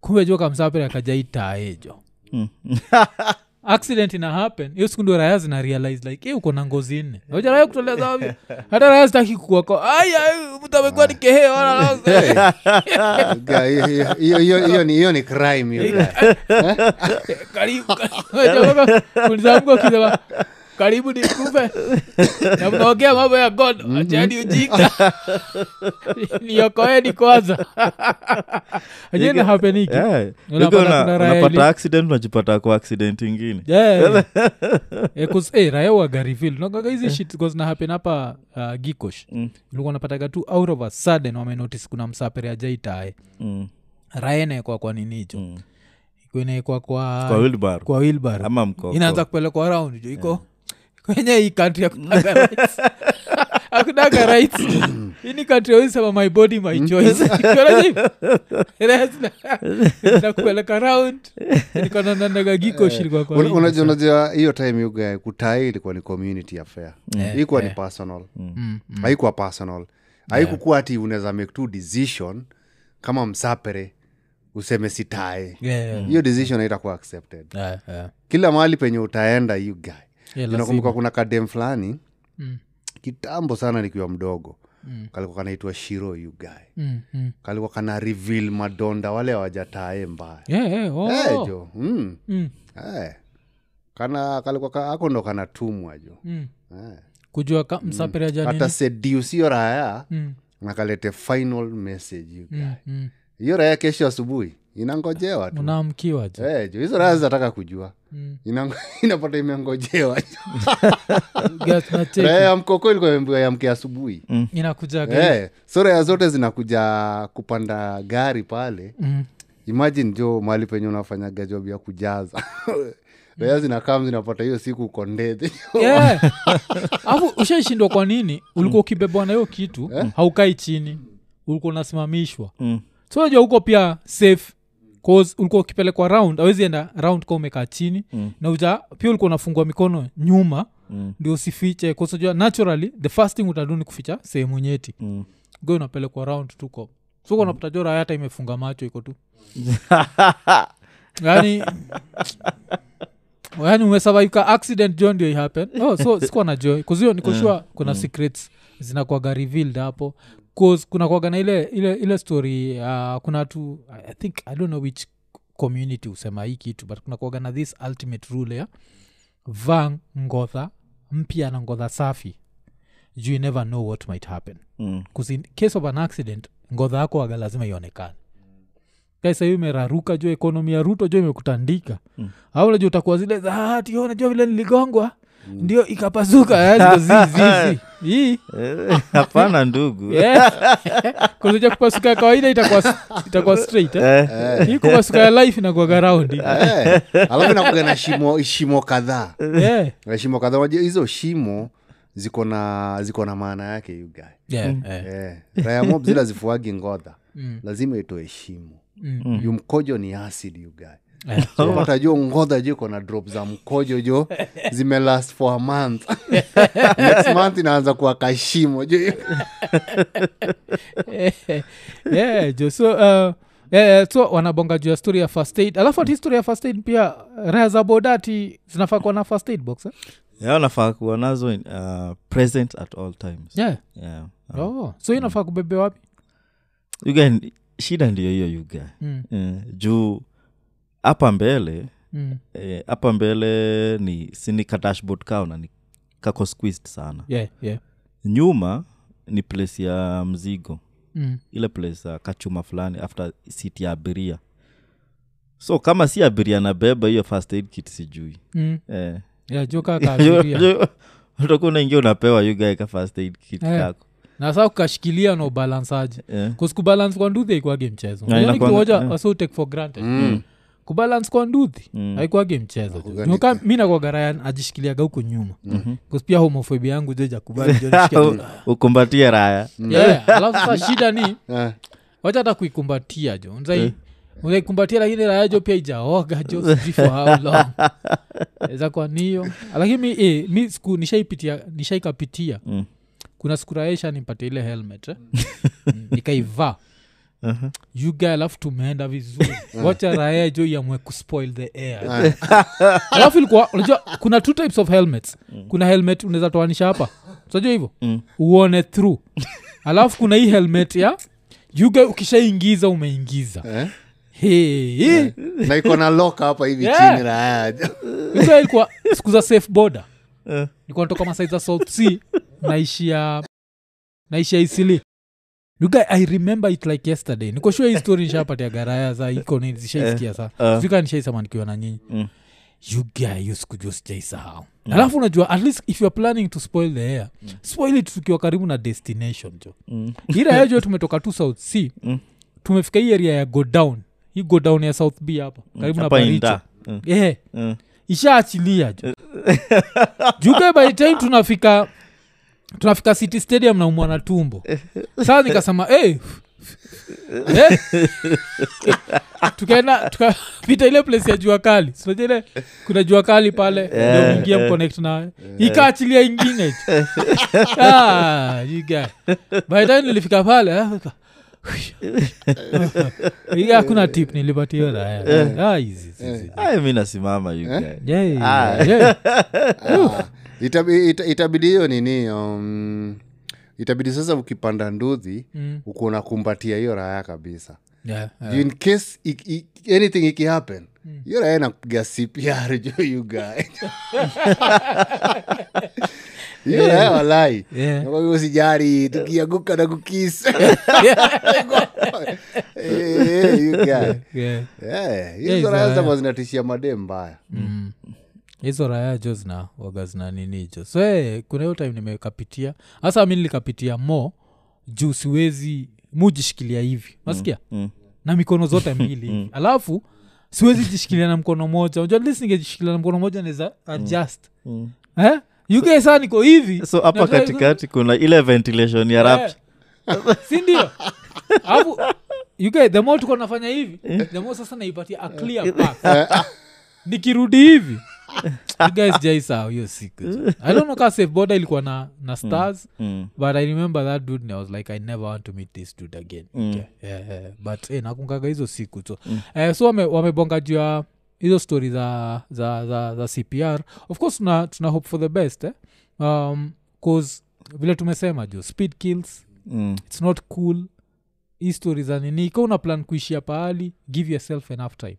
kumbe jo kamsapere akajaitaejo Mm. accident ina happen hiyo siku ndio raya zina realize like "Eh, uko na ngozi nne naja raya kutolea za ovyo hata raya zitaki kukuako aya mtu amekuwa ni keheo ana- Guy, hiyo- hiyo- hiyo- hiyo hiyo ni- hiyo ni crime you guy. karibu karibu. Unajua, kama- unajua mko akisema, karibu nikufe na mnaongea mambo ya god achani ujinga niokoeni kwanza ajena hapeniki Yeah. Unapata Yuko una- kuna raha unapata ili- accident unajipata kwa accident ingine Yeah. Eh, 'cause, eh, raia wagarivil nagaga hizi shit zinahapen hapa uh, gikosh mm. ilikuwa napataga tu out of a sudden wamenotice kuna msapere ajaitae mm. raia inaekwa kwa ninicho mm. inaekwa kwa kwa wheelbarrow. kwa wilbar ama mkoko inaanza kupelekwa round jo iko kwenye hii kantri akudaga rights akudaga rights ini kantri awisema my body my choice Ukiona hivi? Whereas na- inakupeleka round nikanananaga giko shirikwa kwa Eh. Una- wingi. unajua unajua hiyo time yugae kutai ilikuwa ni community affair yeah, ilikuwa yeah. ni personal Eh, Mm, haikuwa personal haikukuwa ati unaweza make two decision kama msapere useme sitae Yeah, yeah. hiyo decision haitakuwa accepted Yeah, yeah. kila mahali penye utaenda you guy Yeah, nakumbuka lazima. kuna kadem fulani Mm. kitambo sana nikiwa mdogo mm. kalikuwa kanaitwa shiro you guy Mm, mm. kalikuwa kana reveal madonda wale hawajatae mbaya Yeah, yeah, oh. Eh, jo mm. Mm, Eh. kana kalikuwa ka- ako ndo kanatumwa jo mm. Eh. kujua ka- msapiri hata ajanini sedusio raya Mm, nakalete final message you guy. mm, mm. hiyo raya kesho asubuhi inangojewa tu unaamkiwa je Eh, jo hizo raya zinataka kujua Mm. Inango- inapata imengojewa Eh. Guys, na check. raya ya mkoko ilikuwa imeambiwa yamke asubuhi inakujaga Eh, so raya zote zinakuja kupanda gari pale Mm. imagine jo mahali penye unafanyaga job ya kujaza raya zinakam zinapata hiyo siku kondedhi Yeah. alafu ushaishindwa kwa nini ulikuwa ukibebwa na hiyo kitu haukai chini ulikuwa unasimamishwa Mm. so unajua huko pia safe cause ulikuwa ukipelekwa round awezi enda round ka umekaa chini mm. na uja pia ulikuwa unafungua mikono nyuma mm. ndio usifiche cause unajua naturally the first thing utadu ni kuficha sehemu nyeti Mm. go unapelekwa round tuko so unapata jora hata imefunga macho iko tu Yaani, yani yani umesurvive yaani accident jo ndio ihappen oh, so sikuwa najua kuzio nikoshua kuna secrets zinakuaga revealed hapo cause kuna kuaga na ile ile ile story uh, kuna watu I- i think i don't know which community husema hii kitu but kuna kuaga na this ultimate rule ya vaa ngodha mpya na ngodha safi you never know what might happen Mm. 'Cause in case of an accident ngodha yako aga lazima ionekane kaisahio imeraruka juu ekonomi ya ruto juu imekutandika mm. au najua utakuwa zile za "Ah, tio najua vile niligongwa ndio ikapasuka eh, ziko zi- zi- zi. Hii, Eh, hapana ndugu yes. kuzuja kupasuka ya kawaida itakuwa, s- itakuwa straight eh? Eh, hii kupasuka ya life inakuaga raundi Eh, alafu inakuga na shimo shimo kadhaa yeah. Na shimo kadhaa unajua hizo shimo ziko na ziko na maana yake you guy yeah. eh. Eh, raya mob zile zifuagi ngodha Mm. lazima itoe shimo Mm. Yu mkojo ni acid you guy Eh. So unapata jo ngodha jo iko na drop za mkojo jo zimelast for a month next month inaanza kuwa kashimo jo Eh, yeah, jo so uh, yeah, so wanabonga juu ya story ya first aid alafu ati story ya first aid pia raha za bodati zinafaa kuwa na first aid box eh? yeah, unafaa kuwa nazo in, uh, present at all times yeah. yeah. oh. so hii inafaa kubebea wapi Yuga, shida ndiyo hiyo yuga Mm. eh, juu hapa mbele Mm. eh, hapa mbele ni sini ka dashboard kao na ni kako squeezed sana Yeah, yeah. nyuma ni place ya mzigo Mm. ile place ya kachuma fulani after seat ya abiria so kama si abiria nabeba hiyo first aid kit sijui Mm. eh. Yeah, jo kaka abiria. utakuwa unaingia unapewa yugaeka first aid kit Eh. kako na saa kukashikilia na ubalansaji eh. kuskubalance kwa nduthi aikuage mchezo Na Yaani inakuanga- kiwoja eh. wasi utake for granted Mm. kubalance kwa nduthi Mm. aikuage mchezo jo. Inakuanga Nyoka- mi nakuagaraya ajishikiliaga huku nyuma Because pia homofobia yangu jojakubali ukumbatie raya yeah, alafu sasa shida ni Eh, wacha hata kuikumbatia jo unaikumbatia lakini rayajo pia ijaoga jo sijui for how long Eza kwa niyo lakini mi, eh, mi siku nishaipitia nishaikapitia Mm. kuna siku raisha nipatia ile helmet eh? Mm, nikaivaa You guy alafu tumeenda vizuri wacha raya jo iamwe kuspoil the air alafu ilikuwa unajua kuna two types of helmets kuna helmet unaweza toanisha hapa unajua hivyo Mm. uone through alafu kuna hii helmet ya You guy ukishaingiza umeingiza eh. Hey, hii. na iko na loka hapa hivi Yeah. chini raya jo Hizo ilikuwa siku za safe border Eh. nikuwa natoka masai za south sea naishia naishia isili you guy i remember it like yesterday nikoshua hii story nishapatia garaya za ikoni zishaisikia saa Eh. sika nishaisema nikiwa na nyinyi Mm. you guy hiyo sikujua sijaisahau alafu unajua at least if you are planning to spoil the air spoil it tukiwa karibu na destination jo Mm. irayajua tumetoka tu south sea Mm. tumefika hii area ya go down hii go down ya south b hapa karibu na Mm. Hapa Baricho. inda. Eh, Eh, eh. ishaachilia jo juke by the time tunafika tunafika city stadium na umwana tumbo saa nikasema hey, eh. tukaenda tukapita ile place ya jua kali sinajua ile kuna jua kali pale ndio mwingie mconnect nayo ikaachilia ingine tu. Ah, you guy. by the time nilifika pale ah, nika- Hii hakuna tip nilipatiwa na haya. Ah, hizi, hizi, hizi. Aya, mi nasimama you guy. Yeah, Ah. yeah. Ah, itabi- ita- itabidi hiyo nini um, itabidi sasa ukipanda ndudhi Mm. ukuwa unakumbatia hiyo raha kabisa Yeah, yeah. Juu Uh. in case i, i, anything ikihappen Hmm. hiyo raha inakupiga cpr jo you guy hiyo raha walai Yeah. Nakwambia usijari tukianguka na kukisa Eh, you guy. Yeah. Eh, Yeah, hizo hizo raha raha. zama zinatishia madem mbaya Mm. hizo raya jo zina waga zina nini jo so hey, kuna hiyo time nimekapitia hasa mi nilikapitia mo juu siwezi mujishikilia hivi nasikia Mm. na mikono zote mbili hivi alafu siwezi jishikilia na mkono moja unajua at least ningejishikilia na mkono moja naweza adjust Mm. eh? uke saa niko hivi so hapa nataka- katikati kuna ile ventilation ya Eh. rapt sindio alafu you get, the more tuko nafanya hivi the more sasa naipatia a clear path. nikirudi hivi You guys jaisahau hiyo siku i don't know ka safe border ilikuwa na, na stars Mm. but i remember that dude and i was like i never want to meet this dude again Mm. Okay. yeah, yeah. but eh, nakungaga hizo siku tu eh, so wame- wamebonga juu ya hizo stori za, za, za, za cpr of course tuna, tuna hope for the best eh? um, cause vile tumesema juu speed kills Mm. its not cool hii story za nini ika una plan kuishia pahali give yourself enough time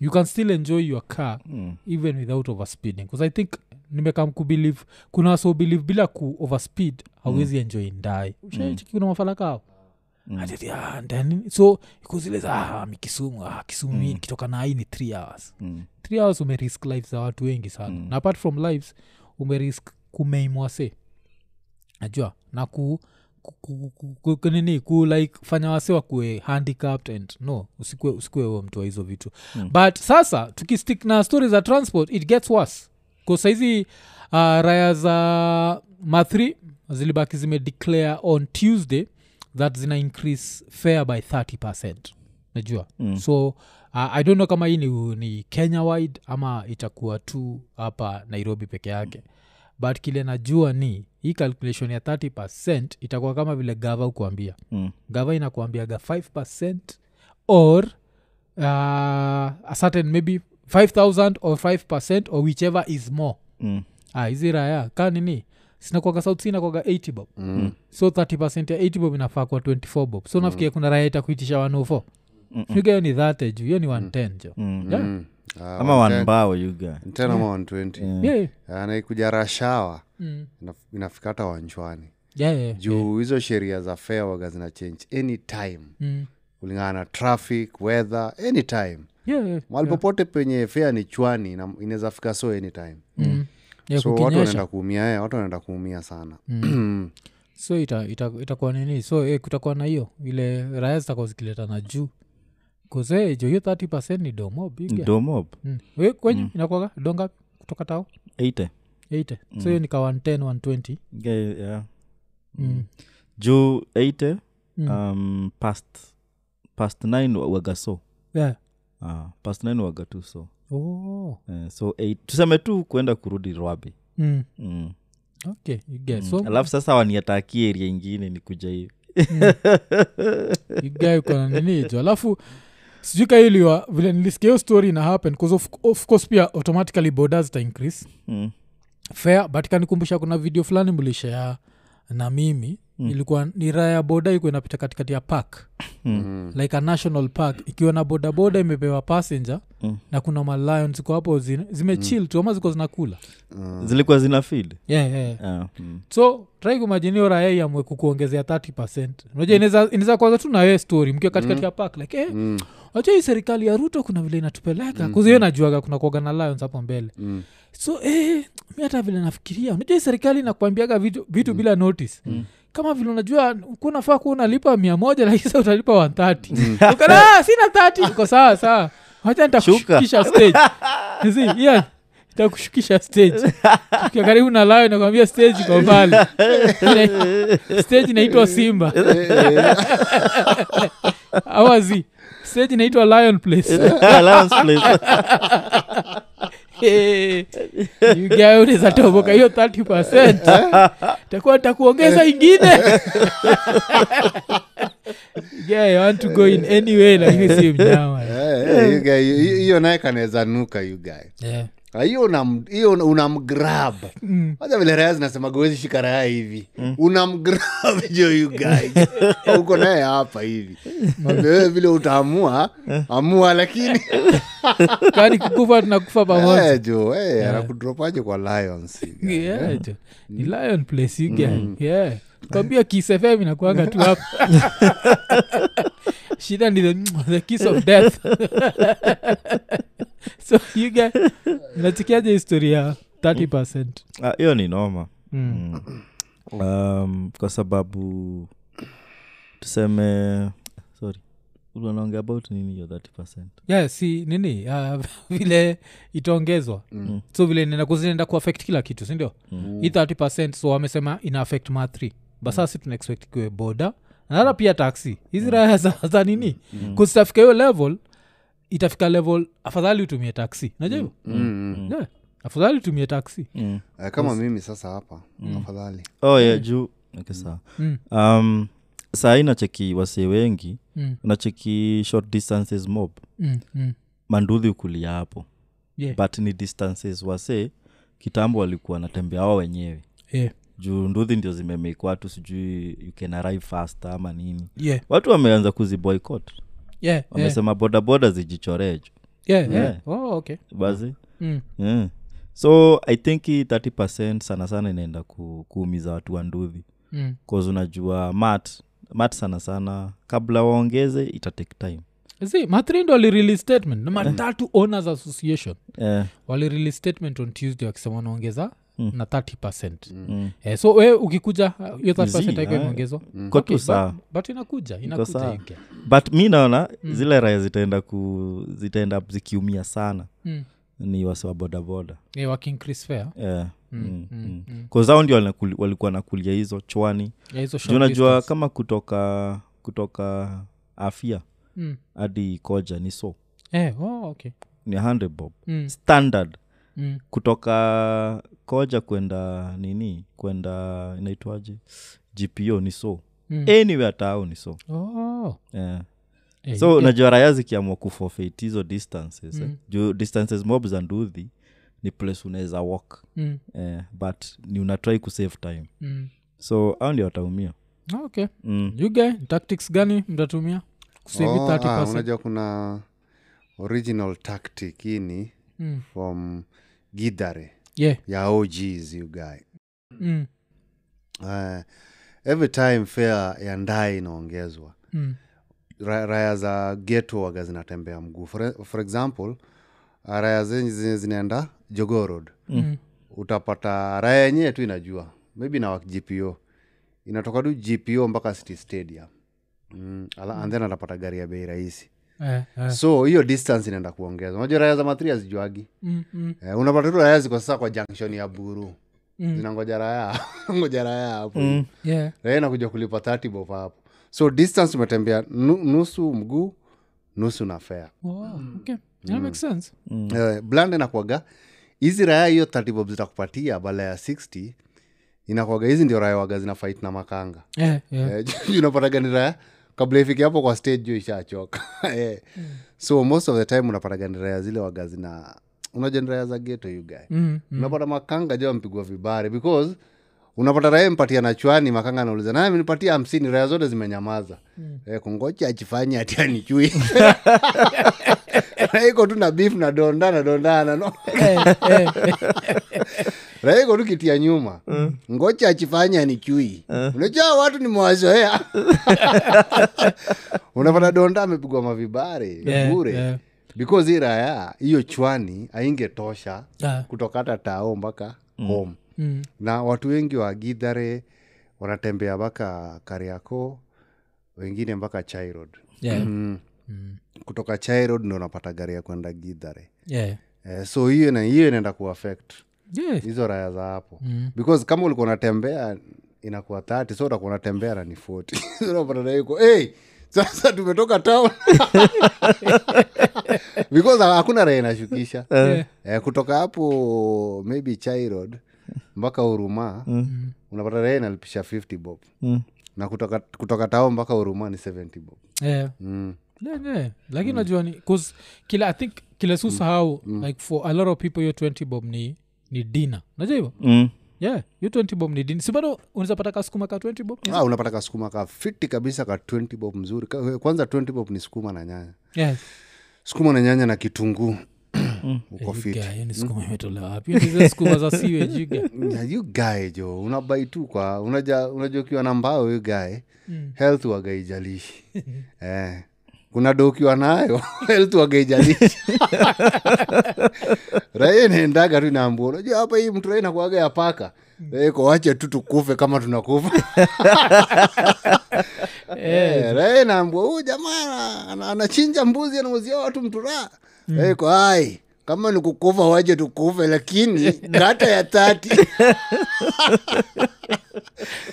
you can still enjoy your car Mm. even without overspeeding bcause i think nimekam kubelieve kuna waso believe bila ku overspeed hauwezi enjoy ndae ushaichiki kuna mafala kao Ati, "Ah, ndani." so iko zile za ah, mi kisumu ah, kisumu hii nikitoka na hii ni three hours Mm. three hours umerisk lives za watu wengi sana na apart from lives umerisk kumeimwase najua na ku ku- ku- ku- ku- ku- nini ku like fanya wase wakuwe handicapped and no usikue usikue huo mtu wa hizo vitu mm. but sasa tukistick na stori za transport it gets worse ko saizi uh, raya za mathri zilibaki zimedeclare on tuesday that zina increase fare by 30 percent najua mm. so uh, i don't know kama hii ni, ni kenya wide ama itakuwa tu hapa nairobi peke yake mm but kile najua ni hii calculation ya 30 itakuwa kama vile gava ukuambia Mm. gava inakuambiaga 5 or uh, a certain maybe 5000 or 5 or whichever is more Mm. ah, hizi raya ka nini sinakwaga sauti sinakwaga 80 bob mm. so 30 ya 80 bob inafaa kwa 24 bob Mm. so nafikiria kuna raya itakuitisha 104 figa hiyo ni 30 juu hiyo ni 110 jo Mm. yeah. Mm. Ah, ama wanten- wanbao you guy tena Ah, ma 120 Hmm. Yeah. anaikuja rashawa Mm. Inaf- inafika hata wanchwani Yeah, yeah, yeah. juu hizo sheria za fea waga zina change anytime Mm. kulingana na traffic weather anytime Yeah, yeah. mali popote penye fea ni chwani ina- inaweza fika so anytime Mm. Yeah, so watu kukinyesha. Mm. wanaenda kuumia eh, watu wanaenda kuumia sana so itakuwa ita, itakuwa nini so eh, kutakuwa na hiyo ile raya zitakuwa zikileta na juu kuse jo hiyo 30 ni domo big domop mm. We, kwenye mm. inakwaga donga kutoka tao 80 8 so hiyo nika 110 120 Yeah, yeah. mm. juu 80 Mm. um, past past 9 wa- waga so yeah. ah, past 9 waga tu so oh. Eh, so eight- tuseme tu kuenda kurudi rwabi mm. mm. okay you get so alafu sasa waniatakie eria ingine ni kuja hivi igae kona nini jo alafu sijui kailiwa vile nilisikia hiyo story ina happen 'cause of, of course pia automatically borders ita increase Mm. fair but kanikumbusha kuna video fulani mlishea na mimi mm. ilikuwa ni raya ya boda ikuwa inapita katikati ya park mm. like a national park ikiwa na bodaboda imepewa passenger mm. na kuna malion ziko hapo zin- zimechill tu ama ziko zinakula zilikuwa zina feed yeah, yeah, yeah. Ah, mm. so trai kumajinio raya iamwe kukuongezea 30 percent unaja inaweza kwanza tu nawe story mkiwa katikati ya park like eh, mm. hii serikali ya ruto kuna vile inatupeleka mm. kuziyo najuaga kuna kuoga na lions hapo mbele mm. so eh, mi hata vile nafikiria unajua hii serikali inakuambiaga vitu, vitu mm. bila notice mm kama vile unajua kunafaa kuwa unalipa mia moja lakini sa utalipa 130 Ukana, "Ah, sina 30 uko sawa sawa wacha nitakushukisha stage You see, yeah, nitakushukisha stage Ukiwa karibu na layo nakwambia stage kwa mbali Ina- stage inaitwa simba awazi stage inaitwa lion place Allowance place. ugaunezatoboka hiyo 30 takuwa takuongeza ingine yeah, I want to go in any way lakini si mnyama Eh, eh, you guy, hi- hiyo naye kanaweza nuka yugae yeah. hiyo unam- hiyo una- unamgrab Mm. hata vile raya zinasema gowezi shika raya hivi unamgrab jo yugae uko naye hapa hivi Mwambie, wewe vile utaamua amua lakini kwani Yaani kukufa tunakufa pamoja Eh, jo eh, anakudropaje kwa lions you guy. Yeah, jo. ni lion place you guy. Yeah. kwambia kisefem inakuanga tu hapo shida ni the, the kiss of death so you guy nachikiaje historia ya 30 percent Mm. Ah, hiyo ni noma um, kwa sababu tuseme sorry unaongea about nini hiyo 30 yeah, si nini uh, vile itaongezwa mm. so vile ninakuzinenda kuaffect kila kitu sindio mm. hii 30 so wamesema ina affect ma 3 basa si tuna expect kiwe boda nahata pia taxi hizi raya za, za nini mm. kuzitafika hiyo level itafika level afadhali utumie taxi najua hivyo mm. yeah. afadhali utumie taxi Eh, kama mimi sasa hapa afadhali oh yeah, juu okay, sawa Mm. um, saa hii nacheki wasee wengi Mm. nacheki short distances mob mm. mm. manduthi ukulia hapo yeah. but ni distances wasee kitambo walikuwa wanatembea wao wenyewe yeah. juu nduthi ndio zimemake watu sijui you can arrive faster ama nini yeah. watu wameanza kuziboycott Eh. yeah. yeah. wamesema bodaboda zijichoree juu yeah. yeah. Yeah. Oh, okay basi mm. yeah. Eh. so i think hii 30 percent sana sana inaenda ku, kuumiza watu wa nduthi Mm. cause unajua mat mat sana sana kabla waongeze itatake time see mathrindo alirelease statement number tatu owners association eh, walirelease statement on tuesday wakisema wanaongeza mm. na 30 percent Mm. eh, so we ukikuja uh, hiyo 30 Zii, percent haikuwa eh. imeongezwa Mm. Iko tu sawa. but, but inakuja sawa. inakuja ike but mi naona mm. zile raya zitaenda ku zitaenda zikiumia sana Mm. ni wasewa bodaboda eh, working Chris Fair yeah. mm, mm, mm. kazao ndio wanakuli- walikuwa nakulia hizo chwani ya hizo juu short unajua distance. kama kutoka kutoka afya Mm. hadi koja ni so eh, oh, okay ni 100 bob Mm. standard Mm. kutoka koja kwenda nini kwenda inaitwaje gpo ni so Mm. anyway ataao ni so Oh. yeah. Eh, so you get- unajua raya zikiamua kufofeit hizo distances eh. Mm. juu distances mob za nduthi ni place unaweza walk mm. eh, but ni unatrai kusave time Mm. Ah, so au ndio wataumia okay mm. you guy tactics gani mtatumia kusavi Oh, ah, 30 unajua kuna original tactic hii ni Mm. from gidare yeah ya og's you guy mm. uh, every time fare ya ndae inaongezwa Mm. ra- raya za geto waga zinatembea mguu for, for example uh, raya zenye zenye zinaenda jogorod Mm. utapata raya yenyewe tu inajua maybe na wak gpo inatoka tu gpo mpaka city stadium mm, ala, and then atapata gari ya bei rahisi Eh, eh. so hiyo distance inaenda kuongeza unajua raya za matri hazijuagi Mm, mm, eh, unapata tu raya ziko sasa kwa junction ya buru Mm. zinangoja raya ngoja raya hapo yeah raya inakuja kulipa 30 bob hapo so distance umetembea nu, nusu mguu nusu na fea wow. Oh, okay that makes sense mm. uh, bland inakwaga hizi raya hiyo 30 bob zitakupatia bala ya 60 inakwaga hizi ndio raya waga zina fight na makanga eh, yeah. Eh, juu unapataga ni raya kabla ifike hapo kwa stage juu ishachoka Eh. so most of the time unapataga ni raya zile waga zina unajua ni raya za geto you guy Mm. unapata makanga jo ampigwa vibare because unapata raha mpatia na chwani makanga nauliza naye amenipatia hamsini raya zote zimenyamaza eh, kungoja achifanye ati anichui raiko tu na beef na donda na dondana no Eh, raiko tu kitia nyuma ngoja achifanye anichui unajua watu ni mwazoea unapata donda amepigwa mavibare Yeah, bure yeah. because hii raya hiyo chwani aingetosha Ah, kutokata tao mpaka home mm, na watu wengi wa gidhare wanatembea mpaka kariako wengine mpaka chairod yeah, mm. mm, kutoka chairod ndo unapata gari ya kwenda gidhare yeah. eh, so hiyo ina- hiyo inaenda kuaffect Yeah, hizo raya za hapo mm, because kama ulikuwa unatembea inakuwa 30 so utakuwa unatembea na ni 40 So unapata na yuko hey, sasa tumetoka town because ha- hakuna raya inashukisha yeah, eh, kutoka hapo maybe chairod mpaka uruma mm, unapata raha inalipisha 50 bob Mm. na kutoka, kutoka tao mpaka uruma ni 70 bob yeah. mm. Yeah, yeah. Hmm. lakini najua ni 'cause kila i think kila susahau like for a lot of people yo 20 bob ni ni dina najua hivo Mm. yeah yo 20 bob ni dina si bado unaweza pata kasukuma ka 20 bob ah, unapata kasukuma ka fiti kabisa ka 20 bob mzuri Ka- kwanza 20 bob ni sukuma na nyanya yeah. sukuma na nyanya na kitunguu uko You fiti guy, hiyo ni Hmm. sukuma imetolewa wapi Hiyo ni zile sukuma za sewage, you guy. Yeah, you guy jo unabai tu kwa unaja unaja ukiwa na mbao you guy Mm. health wagaijalishi eh kuna do ukiwa nayo health wagaijalishi raia inaendaga tu inaambua unajua hapa hii mtu raia inakuaga ya paka eko wache tu tukufe kama tunakufa Eh, raia inaambua huu jamaa ana- anachinja mbuzi anauzia watu mturaa eko ai kama ni kukufa waje tukufe lakini gata ya tati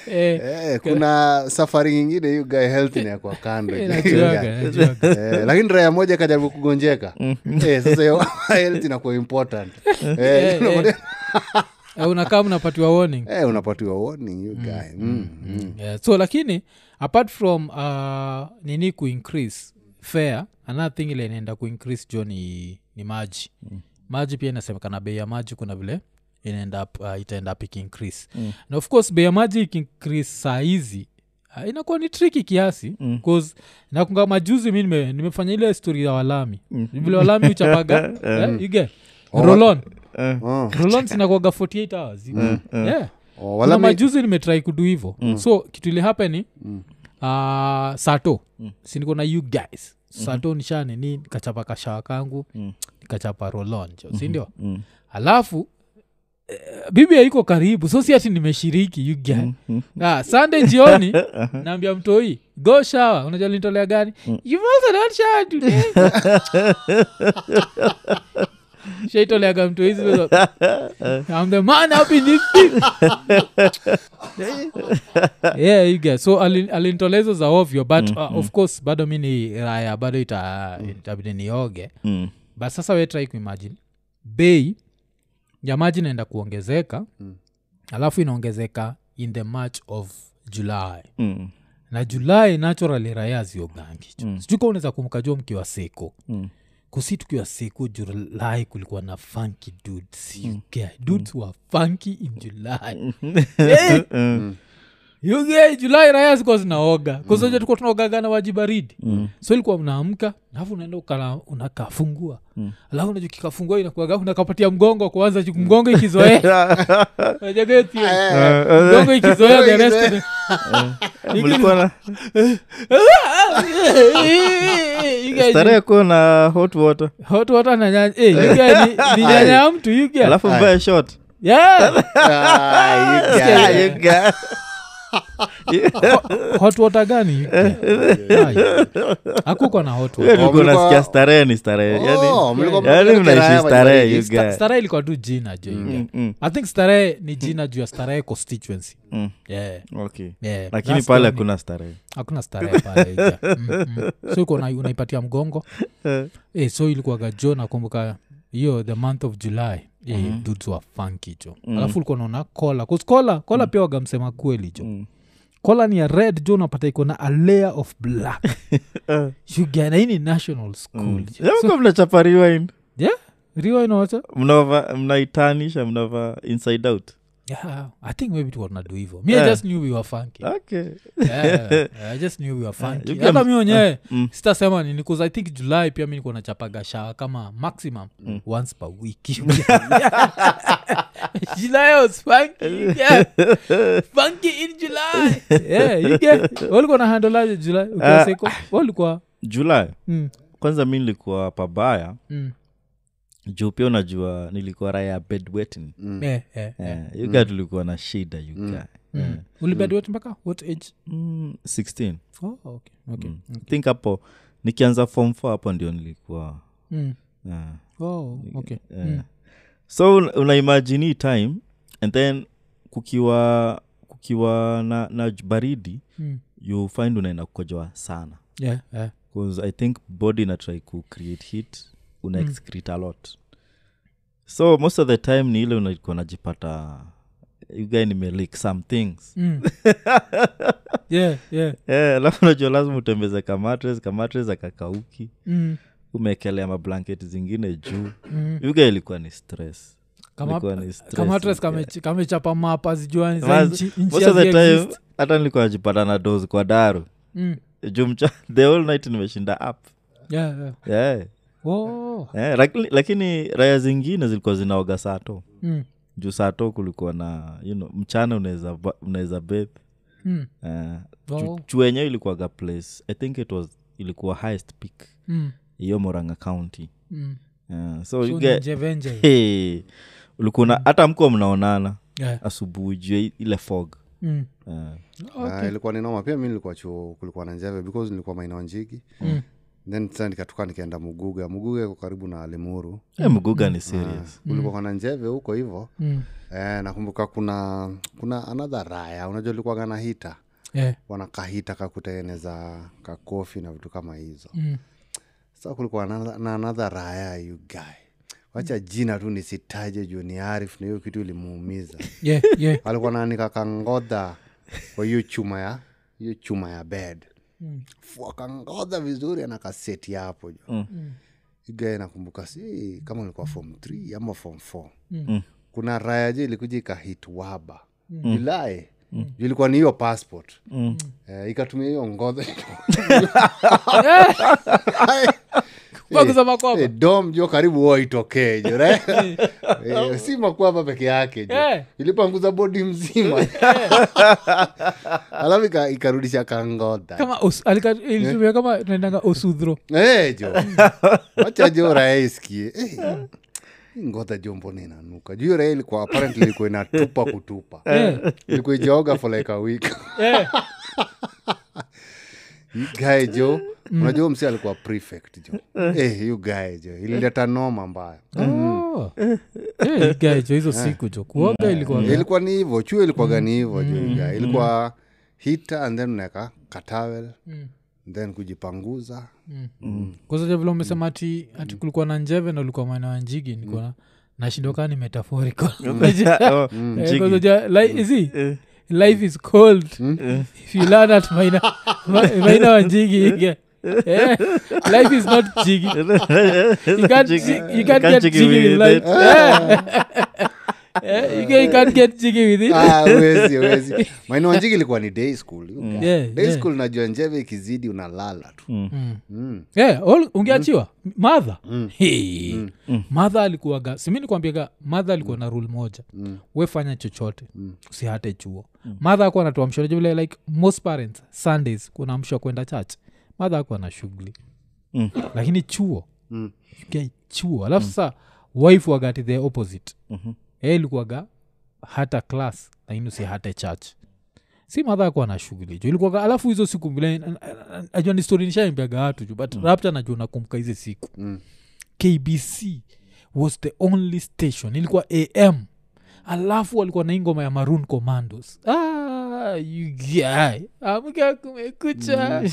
Eh, Eh, kuna safari nyingine hiyo guy health ni ya kwa kando eh, najuaga, najuaga. Eh, lakini raya moja kajaribu kugonjeka Eh, sasa hiyo health inakuwa important Eh, Eh, eh. unapatia- Eh, unakaa mnapatiwa warning eh, unapatiwa warning you guy Mm, mm. yeah. so lakini apart from uh, nini kuincrease fair another thing ile inaenda kuincrease jo ni, ni maji mm. maji pia inasemekana bei ya maji kuna vile inaenda up- uh, itaenda up ikiincrease mm. na of course bei ya maji ikiincrease saa hizi uh, inakuwa ni triki kiasi mm. cause nakunga majuzi mi nime, nimefanya ile stori ya walami mm. vile walami uchapaga eh, ige rolon Oh, rolon zinakuaga 48 hours yeah oh, Kuna walami- majuzi nimetrai kudu hivo so kitu ilihapeni mm. uh, sato mm. siniko na you guys sato mm-hmm. nishane ni nikachapa kashawa kangu mm. nikachapa rolonjo mm-hmm. sindio Mm. alafu eh, bibi haiko karibu so si ati nimeshiriki you guy mm-hmm. Uh-huh. ah, sunday jioni naambia mtoi go shawa unajua linitolea gani you've also not showered today shaitoleaga mtoi zile za- I'm the man up in this thing. yeah, you guys. so alin- alinitolea hizo za ovyo but uh, of course bado mi ni raya bado ita- itabidi nioge Mm. but sasa we try kuimagine bei ya maji inaenda kuongezeka mm. alafu inaongezeka in the march of july Mm. na julai naturally raya ziogangi mm. sijuka unaweza kumbuka jua mkiwa siku Mm. kusi tukiwa siku julai kulikuwa na funky dudes Mm. you get dudes were funky in july Eh, Mm. you get julai raya zikuwa zinaoga kuzoja tukuwa tunaogaga na waji baridi Mm. so ilikuwa unaamka alafu unaenda ukala- unakafungua Mm. alafu unajua kikafungua inakuaga unakapatia mgongo kwanza ju- mgongo ikizoea Unajuaga hiyo theory? Eh, mgongo ikizoea the rest of the- Mlikuwa na- You guys- starehe kuwa na hot water hot water na nyanya eh, you guys ni, ni nyanya ya mtu you guys. alafu mbae shot Yeah. ah, you guy. Yeah. hot water gani Eh. akukwa na hot water. Oh, mlikuwa- nasikia starehe ni starehe Oh, yani mlikuwa- yani mlikuwa mnaishi raha starehe you wajibaridi. Sta- guy. starehe ilikuwa tu jina jo you guys. Mm, i think starehe ni jina juu ya starehe constituency Mm. yeah. Okay. Yeah. lakini That's pale the kuna starehe hakuna starehe pale ja. Mm-mm. so iko una- unaipatia mgongo eh, so ilikuwaga jo nakumbuka hiyo the month of july eh, Mm-hmm. dudes were funky jo Mm. alafu ulikuwa naona kola kola kola pia wagamsema kweli jo Mm. kola ni ya red jo unapata iko na a layer of black Eh. shugana hii ni national Mm. school jo. mka mnachapa rewind yeah rio inaota Mnava- mnaitanisha mnava inside out yeah, i think maybe tukanadu hivo Eh. mi yeah. i just knew we were funky okay yeah, i just knew we were funky Eh, you hata can- mi wenyewe mm. sitasema nini bcause i think july pia mi niko nachapaga shawa kama maximum mm. once per week july was funky you get- funky in july yeah, you get- walikuwa na handolaje july ukiwa Ah. seko walikuwa julai mm, kwanza mi nilikuwa pabaya mm, juu pia unajua nilikuwa raya bedwetin mm. eh, eh. yeah, yuga tulikuwa na shida yuga Mm. Uligraduate mpaka what age Mm, 16 oh, okay. Okay. mm. I think hapo nikianza form four hapo ndio nilikuwa Mm. yeah. Oh, okay. Mm. so un- unaimagine hii time and then kukiwa kukiwa na, na baridi Mm. you find unaenda kukojoa sana Yeah, yeah. bcause i think body inatry ku create heat una Mm. excrete a lot so most of the time ni ile unaikuwa najipata ugae nimelik some things Mm. yeah, yeah. Eh, alafu najua lazima utembeze kamatres kamatres akakauki Mm. umeekelea mablanketi zingine juu Mm. uga ilikuwa ni stress Kama- Ilikuwa ni stress. kamatres kamechapa mapa zijuani za Mas- nchi most of the time hata nilikuwa najipata na dozi kwa daru Mm. juu mcha the whole night nimeshinda up yeah. Oh, yeah. lakini, lakini raya zingine zilikuwa zinaoga sato mm, juu sato kulikuwa na you know, mchana unaweza ba- unaweza beb mm. Eh, Oh. juu wenyewe ilikuwaga place i think it was ilikuwa highest peak mm, hiyo moranga county yeah. so, you get, njevenje hey, ulikuwa na- hata mko mnaonana asubuhi juu ya ile fog Mm, Eh, yeah. Ah, ilikuwa ni noma pia mi nilikuwa chuo kulikuwa na njeve because nilikuwa maeneo njiki Mm. then sasa nikatuka nikaenda muguga muguga iko karibu na limuru Eh, mguga ni serious kulikuwa kana njeve huko hivo mm. eh, nakumbuka kuna kuna anadha raya unajua likuwaga na hita wanakahita kakutengeneza kakofi na vitu kama hizo Mm. sa kulikuwa na- na anadha raya yugae wacha jina tu nisitaje juu ni arif na hiyo kitu ilimuumiza alikuwa nanika kangodha kwa hiyo chuma ya hiyo chuma ya bed Mm. Fu- akangodha vizuri ana kaseti hapo jo Mm. igae nakumbuka si kama ilikuwa form 3 ama form 4 Mm. Mm. kuna raya je ilikuja ikahit waba julai Ju ilikuwa ni hiyo passport Mm. eh, ikatumia hiyo ngodha pakuzama kwapa Eh, dom jo karibu huo itokee jo right? Eh, si makwapa peke yake jo Oh. Eh. ilipanguza bodi mzima alafu ika- ikarudisha kangoda kama os- alika- ilitumia kama tunaendanga osudhro Eh, jo wacha jo raha isikie Eh, hii ngoda jo mbona inanuka juu hiyo raha ilikuwa apparently ilikuwa inatupa kutupa Eh. ilikuwa ijaoga for like a week You guy jo Mm. unajua msi alikuwa prefect jo eh, you guy jo ilileta noma mbaya Oh. Eh, igaejo hizo siku jo kuoga ilikuwa ilikuwa ni hivo chuo ilikuwa Mm. gani hivo jo you guy ilikuwa hita and then unaweka katawel Mm. then kujipanguza kwasaja vile umesema ati ati kulikuwa na njeve na ulikuwa maeneo ya njigi nikuona nashindokaa ni Eh, metaphorical Oh, Mm. Njigi. metaphoricalizi life is cold if you learn at maina ma- maina wa njigi you get- Eh, life is not jigi you can't, Njigi. jig- you You can't can't get jiggy jiggy with with life it. Eh. Eh, you get- you can't get jiggy with it Ah, wezi wezi maeneo njigi ilikuwa ni day school you guy. Mm. Yeah, day yeah. school najua njeve ikizidi unalala tu Mm. yeah, all- Eh, ungeachiwa madha Hey. Mm. madha alikuwaga simi nikwambiaga madha alikuwa na rule moja wefanya chochote usihate chuo Mm. madha akuwa anatoa mshorejevile like most parents sundays kuna msho kwenda church madha akuwa na shughuli Mm. lakini chuo you get chuo alafu sasa wife wagati the opposite Mhm. e ilikuwaga hata class lakini usihate church si madha akuwa na shughuli jo ilikuwaga alafu hizo siku mbile ajua ni stori nishaimbiaga watu ju but rapta najua nakumbuka hizi siku Mm. kbc was the only station ilikuwa am alafu walikuwa na ingoma ya maroon commandos ah, you guy, amka kumekucha Mm.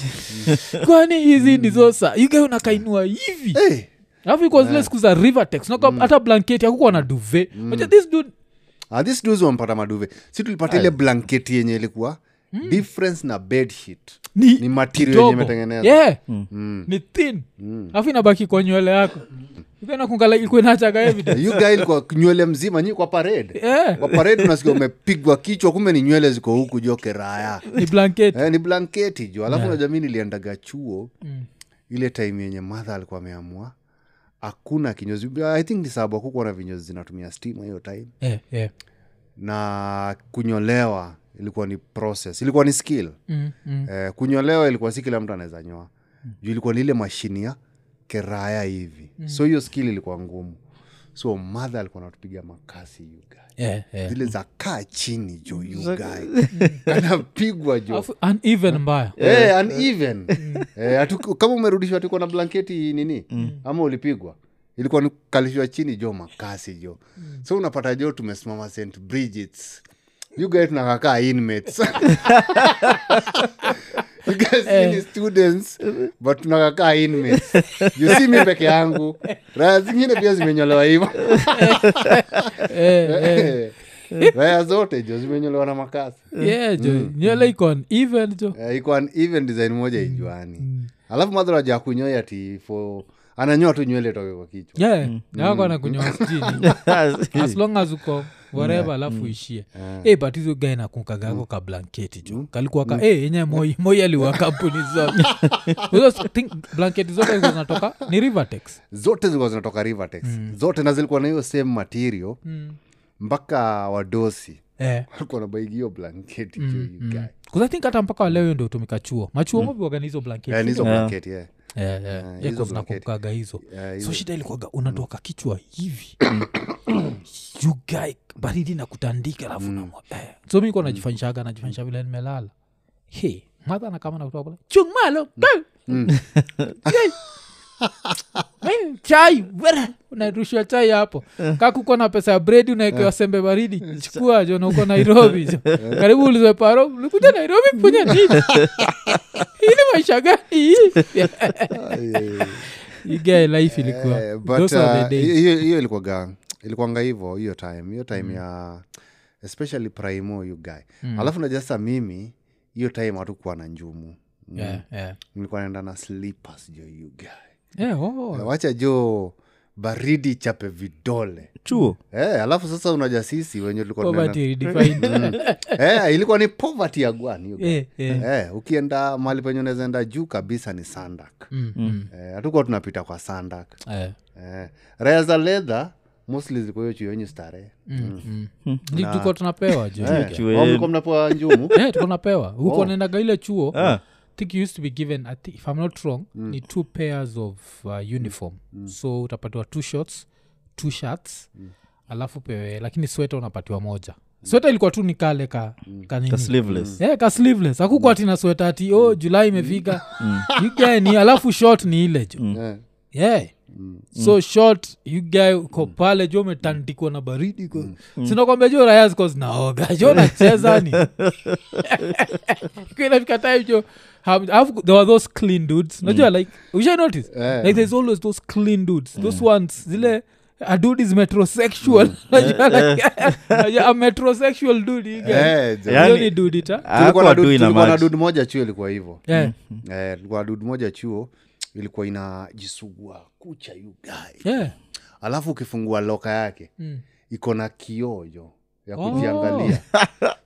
kwani hizi ndizo saa yugae unakainua hivi Eh, Mm. alafu ikuwa zile siku za rivertex Unakuwa hata blanketi akukuwa na duve Unajua this dude ah, this dudes wampata maduve si tulipata ile blanketi yenye ilikuwa mm. difference na bed sheet ni, ni material kidogo. yenye imetengenezwa. yeah. Mm. ni thin afu inabaki kwa nywele yako ikanakunga ikuenachaga evidence you guy kwa nywele mzima nyi kwa parade yeah. kwa parade unasikia umepigwa kichwa kumbe ni nywele ziko huku jo keraya ni blanketi eh, ni blanketi jo alafu najua mi niliendaga chuo Mm. ile time yenye madha alikuwa ameamua hakuna kinyozi i think ni sababu hakukuwa na vinyozi zinatumia stima hiyo time yeah, yeah. na kunyolewa ilikuwa ni process ilikuwa ni skill Mm, mm. eh, kunyolewa ilikuwa si kila mtu anaweza nyoa juu ilikuwa ni ile mashini ya keraya hivi mm. so hiyo skill ilikuwa ngumu so madha alikuwa natupiga makasi yuga Yeah, yeah. Mm. zile za kaa chini jo yugai anapigwa jo Alafu uneven mbaya Eh, uneven Eh, hatu- kama umerudishwa tuko na blanketi nini ama ulipigwa ilikuwa ni kukalishwa chini jo makasi jo so unapata jo tumesimama st bridgets yugae tunakakaa inmates You guys ni students but tunakakaa inmates Ju si mi peke yangu raya zingine pia zimenyolewa hivo Eh, eh. raya zote jo zimenyolewa na makasi Mm. yeah, jo nywele iko uneven jo Eh, iko an even design Mm, moja ijuani alafu madharaja akunyoya ti for ananyoa tu nywele toke kwa kichwa yeah. Mm. yako anakunyoa sijini Ah, as long as uko whatever alafu ishie Mm. Eh, but hizo gai nakukagako ka blanketi jo kalikuwa Mm. ka eh, yenye moi moi aliwa kampuni zote Hizo s- think blanketi zote zilikuwa zinatoka ni rivertex zote zilikuwa zinatoka rivertex Mm. zote na zilikuwa na hiyo same material mpaka wadosi eh. walikuwa nabaigi hiyo blanketi Mm, juu you guy. Because I think hata mpaka waleo hiyo ndio hutumika chuo machuo mm. waganizo blanketi Eh, ni hizo Yeah. blanketi, eh. yeah, yeah. hizo Yeah, 'cause blanketi. nakumbukaga hizo Mm. Eh, hizo- so shida ilikuwaga unatoka kichwa hivi you guy baridi na kutandika alafu mm. eh. so mi kuwa najifanyishaga najifanyisha vile nimelala hey madha na kama nakutoka pale chung malo girl." Hey. Hey, chai wera. unarushwa chai hapo Eh. kakuko na pesa ya bredi unaekewa sembe baridi chukua jo nauko nairobi jo Eh. karibu ulizwe paro ulikuja nairobi kufanya nini hii ni maisha gani hii igae life ilikuwa Eh, but, Those are the uh, days. hiyo hiyo ilikuwaga ilikuwanga hivo hiyo time hiyo Mm. time ya especially primo you guy alafu najua sasa mimi hiyo time hatukuwa na njumu Mm. Yeah, yeah. nilikuwa naenda na slippers jo you guy Yeah, oh. wacha jo baridi chape vidole chuo Eh, alafu sasa unaja sisi wenye tulikuwa Poverty tunaenda- redefined. Eh, ilikuwa ni poverty ya gwani you guy. Eh, eh. Eh, ukienda mahali penye unawezaenda juu kabisa ni sandak Mm, mm. Eh, hatukuwa tunapita kwa sandak Eh, eh, raya za ledha mostly zilikuwa hiyo chuo yenyu starehe mm. Hmm. Ndi tuko tunapewa jo Chuo Au yenu. mlikuwa mnapewa njumu Eh, tuko napewa Oh. huko naendaga ile chuo Eh. Ah. think you used to be given I thi- if i'm not wrong ni two pairs of uh, uniform so utapatiwa two shorts two shirts alafu pewe lakini sweta unapatiwa moja sweta ilikuwa tu ni kale ka kanini Ka sleeveless Yeah, ka sleeveless akukwa tina sweta ati o oh, julai imefika Mm. You guy ni alafu short ni ile jo Eh, yeah so short you guy uko pale jo umetandikwa na baridi ko sinakwambia jo raya ziko zinaoga jo nacheza ni inafika time jo ham- alafu there were those clean dudes najua like usha notice Eh. like there's always those clean dudes those ones zile a dude is metrosexual Unajua, like, unajua, a metrosexual dude you guy. eh, jo. Yeah. Hiyo Yani- ni dude ita Tulikuwa na Hakuwa dude- dui na tulikuwa na maji. dudu moja chuo ilikuwa hivo yeah. Eh, tulikuwa na dudu moja chuo ilikuwa inajisugua kucha yugai yeah. alafu ukifungua loka yake Mm. iko na kiojo ya Oh. kujiangalia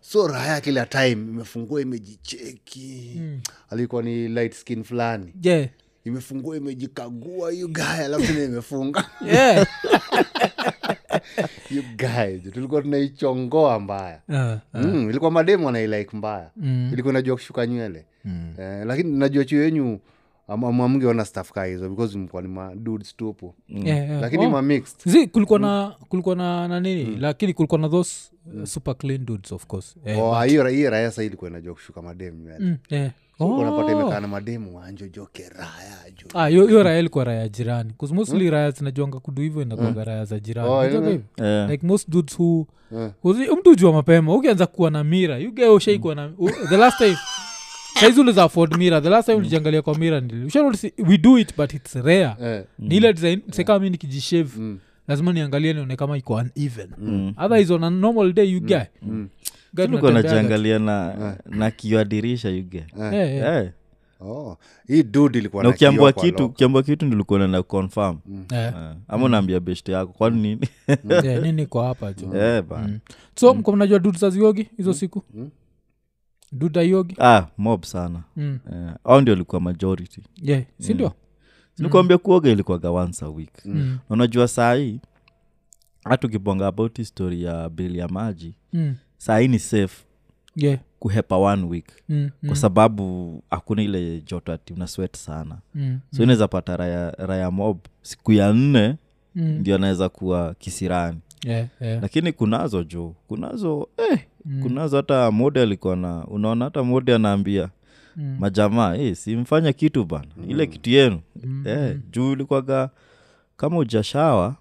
so raya kila time imefungua imejicheki Mm. alikuwa ni light skin fulani yeah. imefungua imejikagua yugaya alafu na imefunga yeah. yugaya tulikuwa tunaichongoa mbaya Uh, mm, ilikuwa mademu anailike mbaya Mm. ilikuwa najua kushuka nywele eh, lakini najua chuo yenyu amamgeona staff kaa hizo because mlikuwa ni madudes tupu yeah, yeah. lakini Oh. ma mixed zi kulikuwa Mm. na kulikuwa na nanini lakini kulikuwa na those uh, super clean dudes of course eh, Oh, hiyo hiyo raya saa ilikuwa inajua kushuka mademu nywele mm, eh. Huko unapata Oh. imekaa na mademu ah, wanjo jokeraya jo Ah, hiyo hiyo raya ilikuwa raya jirani bcause mostly raya zinajuanga kudu hivyo inakuaga raya za jirani Mm. Oh, Unajua yeah. hivyo? Yeah. like most dudes who Eh. Uzi- mtu jua mapema ukianza kuwa na mira Mm. ugeushaikuwa na u- the last time saizi uliza afford mira the last Mm. time ulijiangalia kwa mira nili- usha notice, we do it but its rare Eh, ni ile design sekaa mi nikijishave Mm. lazima niangalie nione kama iko uneven mm. otherwise on a normal day you guy tulikuwa najiangalia na Eh. na kiadirisha yuge Eh. oh. hii dud ilikuwa na na kioo ukiambua kwa kitu lock. Mm. ukiambua kitu ndilikuona na confirm Eh, Mm. Mm. ama unaambia best yako kwani nini nini kwa hapa Mm. jo Eh, bana. Mm. so mko mnajua dud zaziogi Mm. hizo siku dud aiogi ah, mob sana Mm. Eh, au ndio ilikuwa majority yeah. Mm. sindio nikuambia Mm. kuoga ilikuwaga once a week Mm. Na unajua saa hii hata ukibonga about history ya bili ya maji Mm. saa hii ni safe yeah. kuhepa one week Mm. kwa sababu hakuna ile joto ati una sweat sana Mm. so inaweza pata raya, raya mob siku ya nne Mm. ndio anaweza kuwa kisirani Yeah, yeah. lakini kunazo juu kunazo eh, kunazo hata mode alikuwa na unaona hata mode anaambia mm. majamaa eh, simfanya kitu bana ile kitu yenu mm. eh, juu ilikwaga kama ujashawa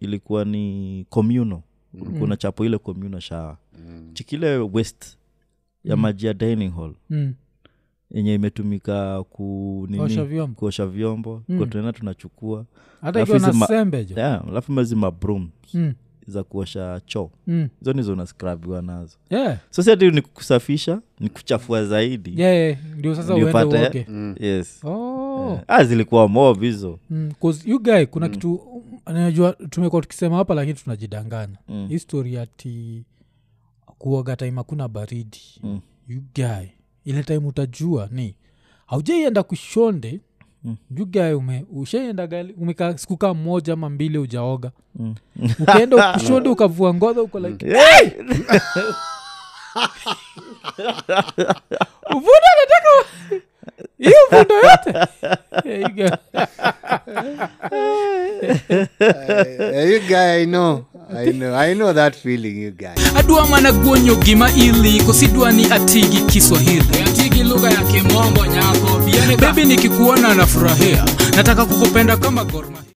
ilikuwa ni communal ulikuwa unachapo ile communal shawa mm. chikile west ya maji ya dining hall Mm. yenye imetumika ku nini? Osha vyombo. kuosha vyombo mm. tunaenda tunachukua hata Alafu ikiwa hizi na ma- sembe jo yeah, alafu mazima broom Mm. za kuosha choo Mm. hizo nizo unaskrabiwa nazo Yeah. so si ati ni kusafisha ni kuchafua zaidi Yeah, yeah. ndio sasa Ndio uende upate- uoge yes oh. ah, zilikuwa mob hizo Mm, 'cause you guy kuna kitu mm, najua tumekuwa tukisema hapa lakini tunajidanganya Mm. Hii story ati kuoga time hakuna baridi Mm. you guy ile time utajua ni haujaienda kushonde Mm. you guy ume, ushaienda gali- umekaa siku kaa moja ama mbili ujaoga Mm. ukaenda kushonde ukavua ngodha uko like uvundo nataka wa- hiyo uvundo yote Eh, you guy. Eh, you guy, I know. I know. I know that feeling, you guy. adwa mana guonyo gima ili kosidwa ni atigi kiswahili atigi lugha ya kimombo nyako bebi nikikuona nafurahia nataka kukupenda kama gorma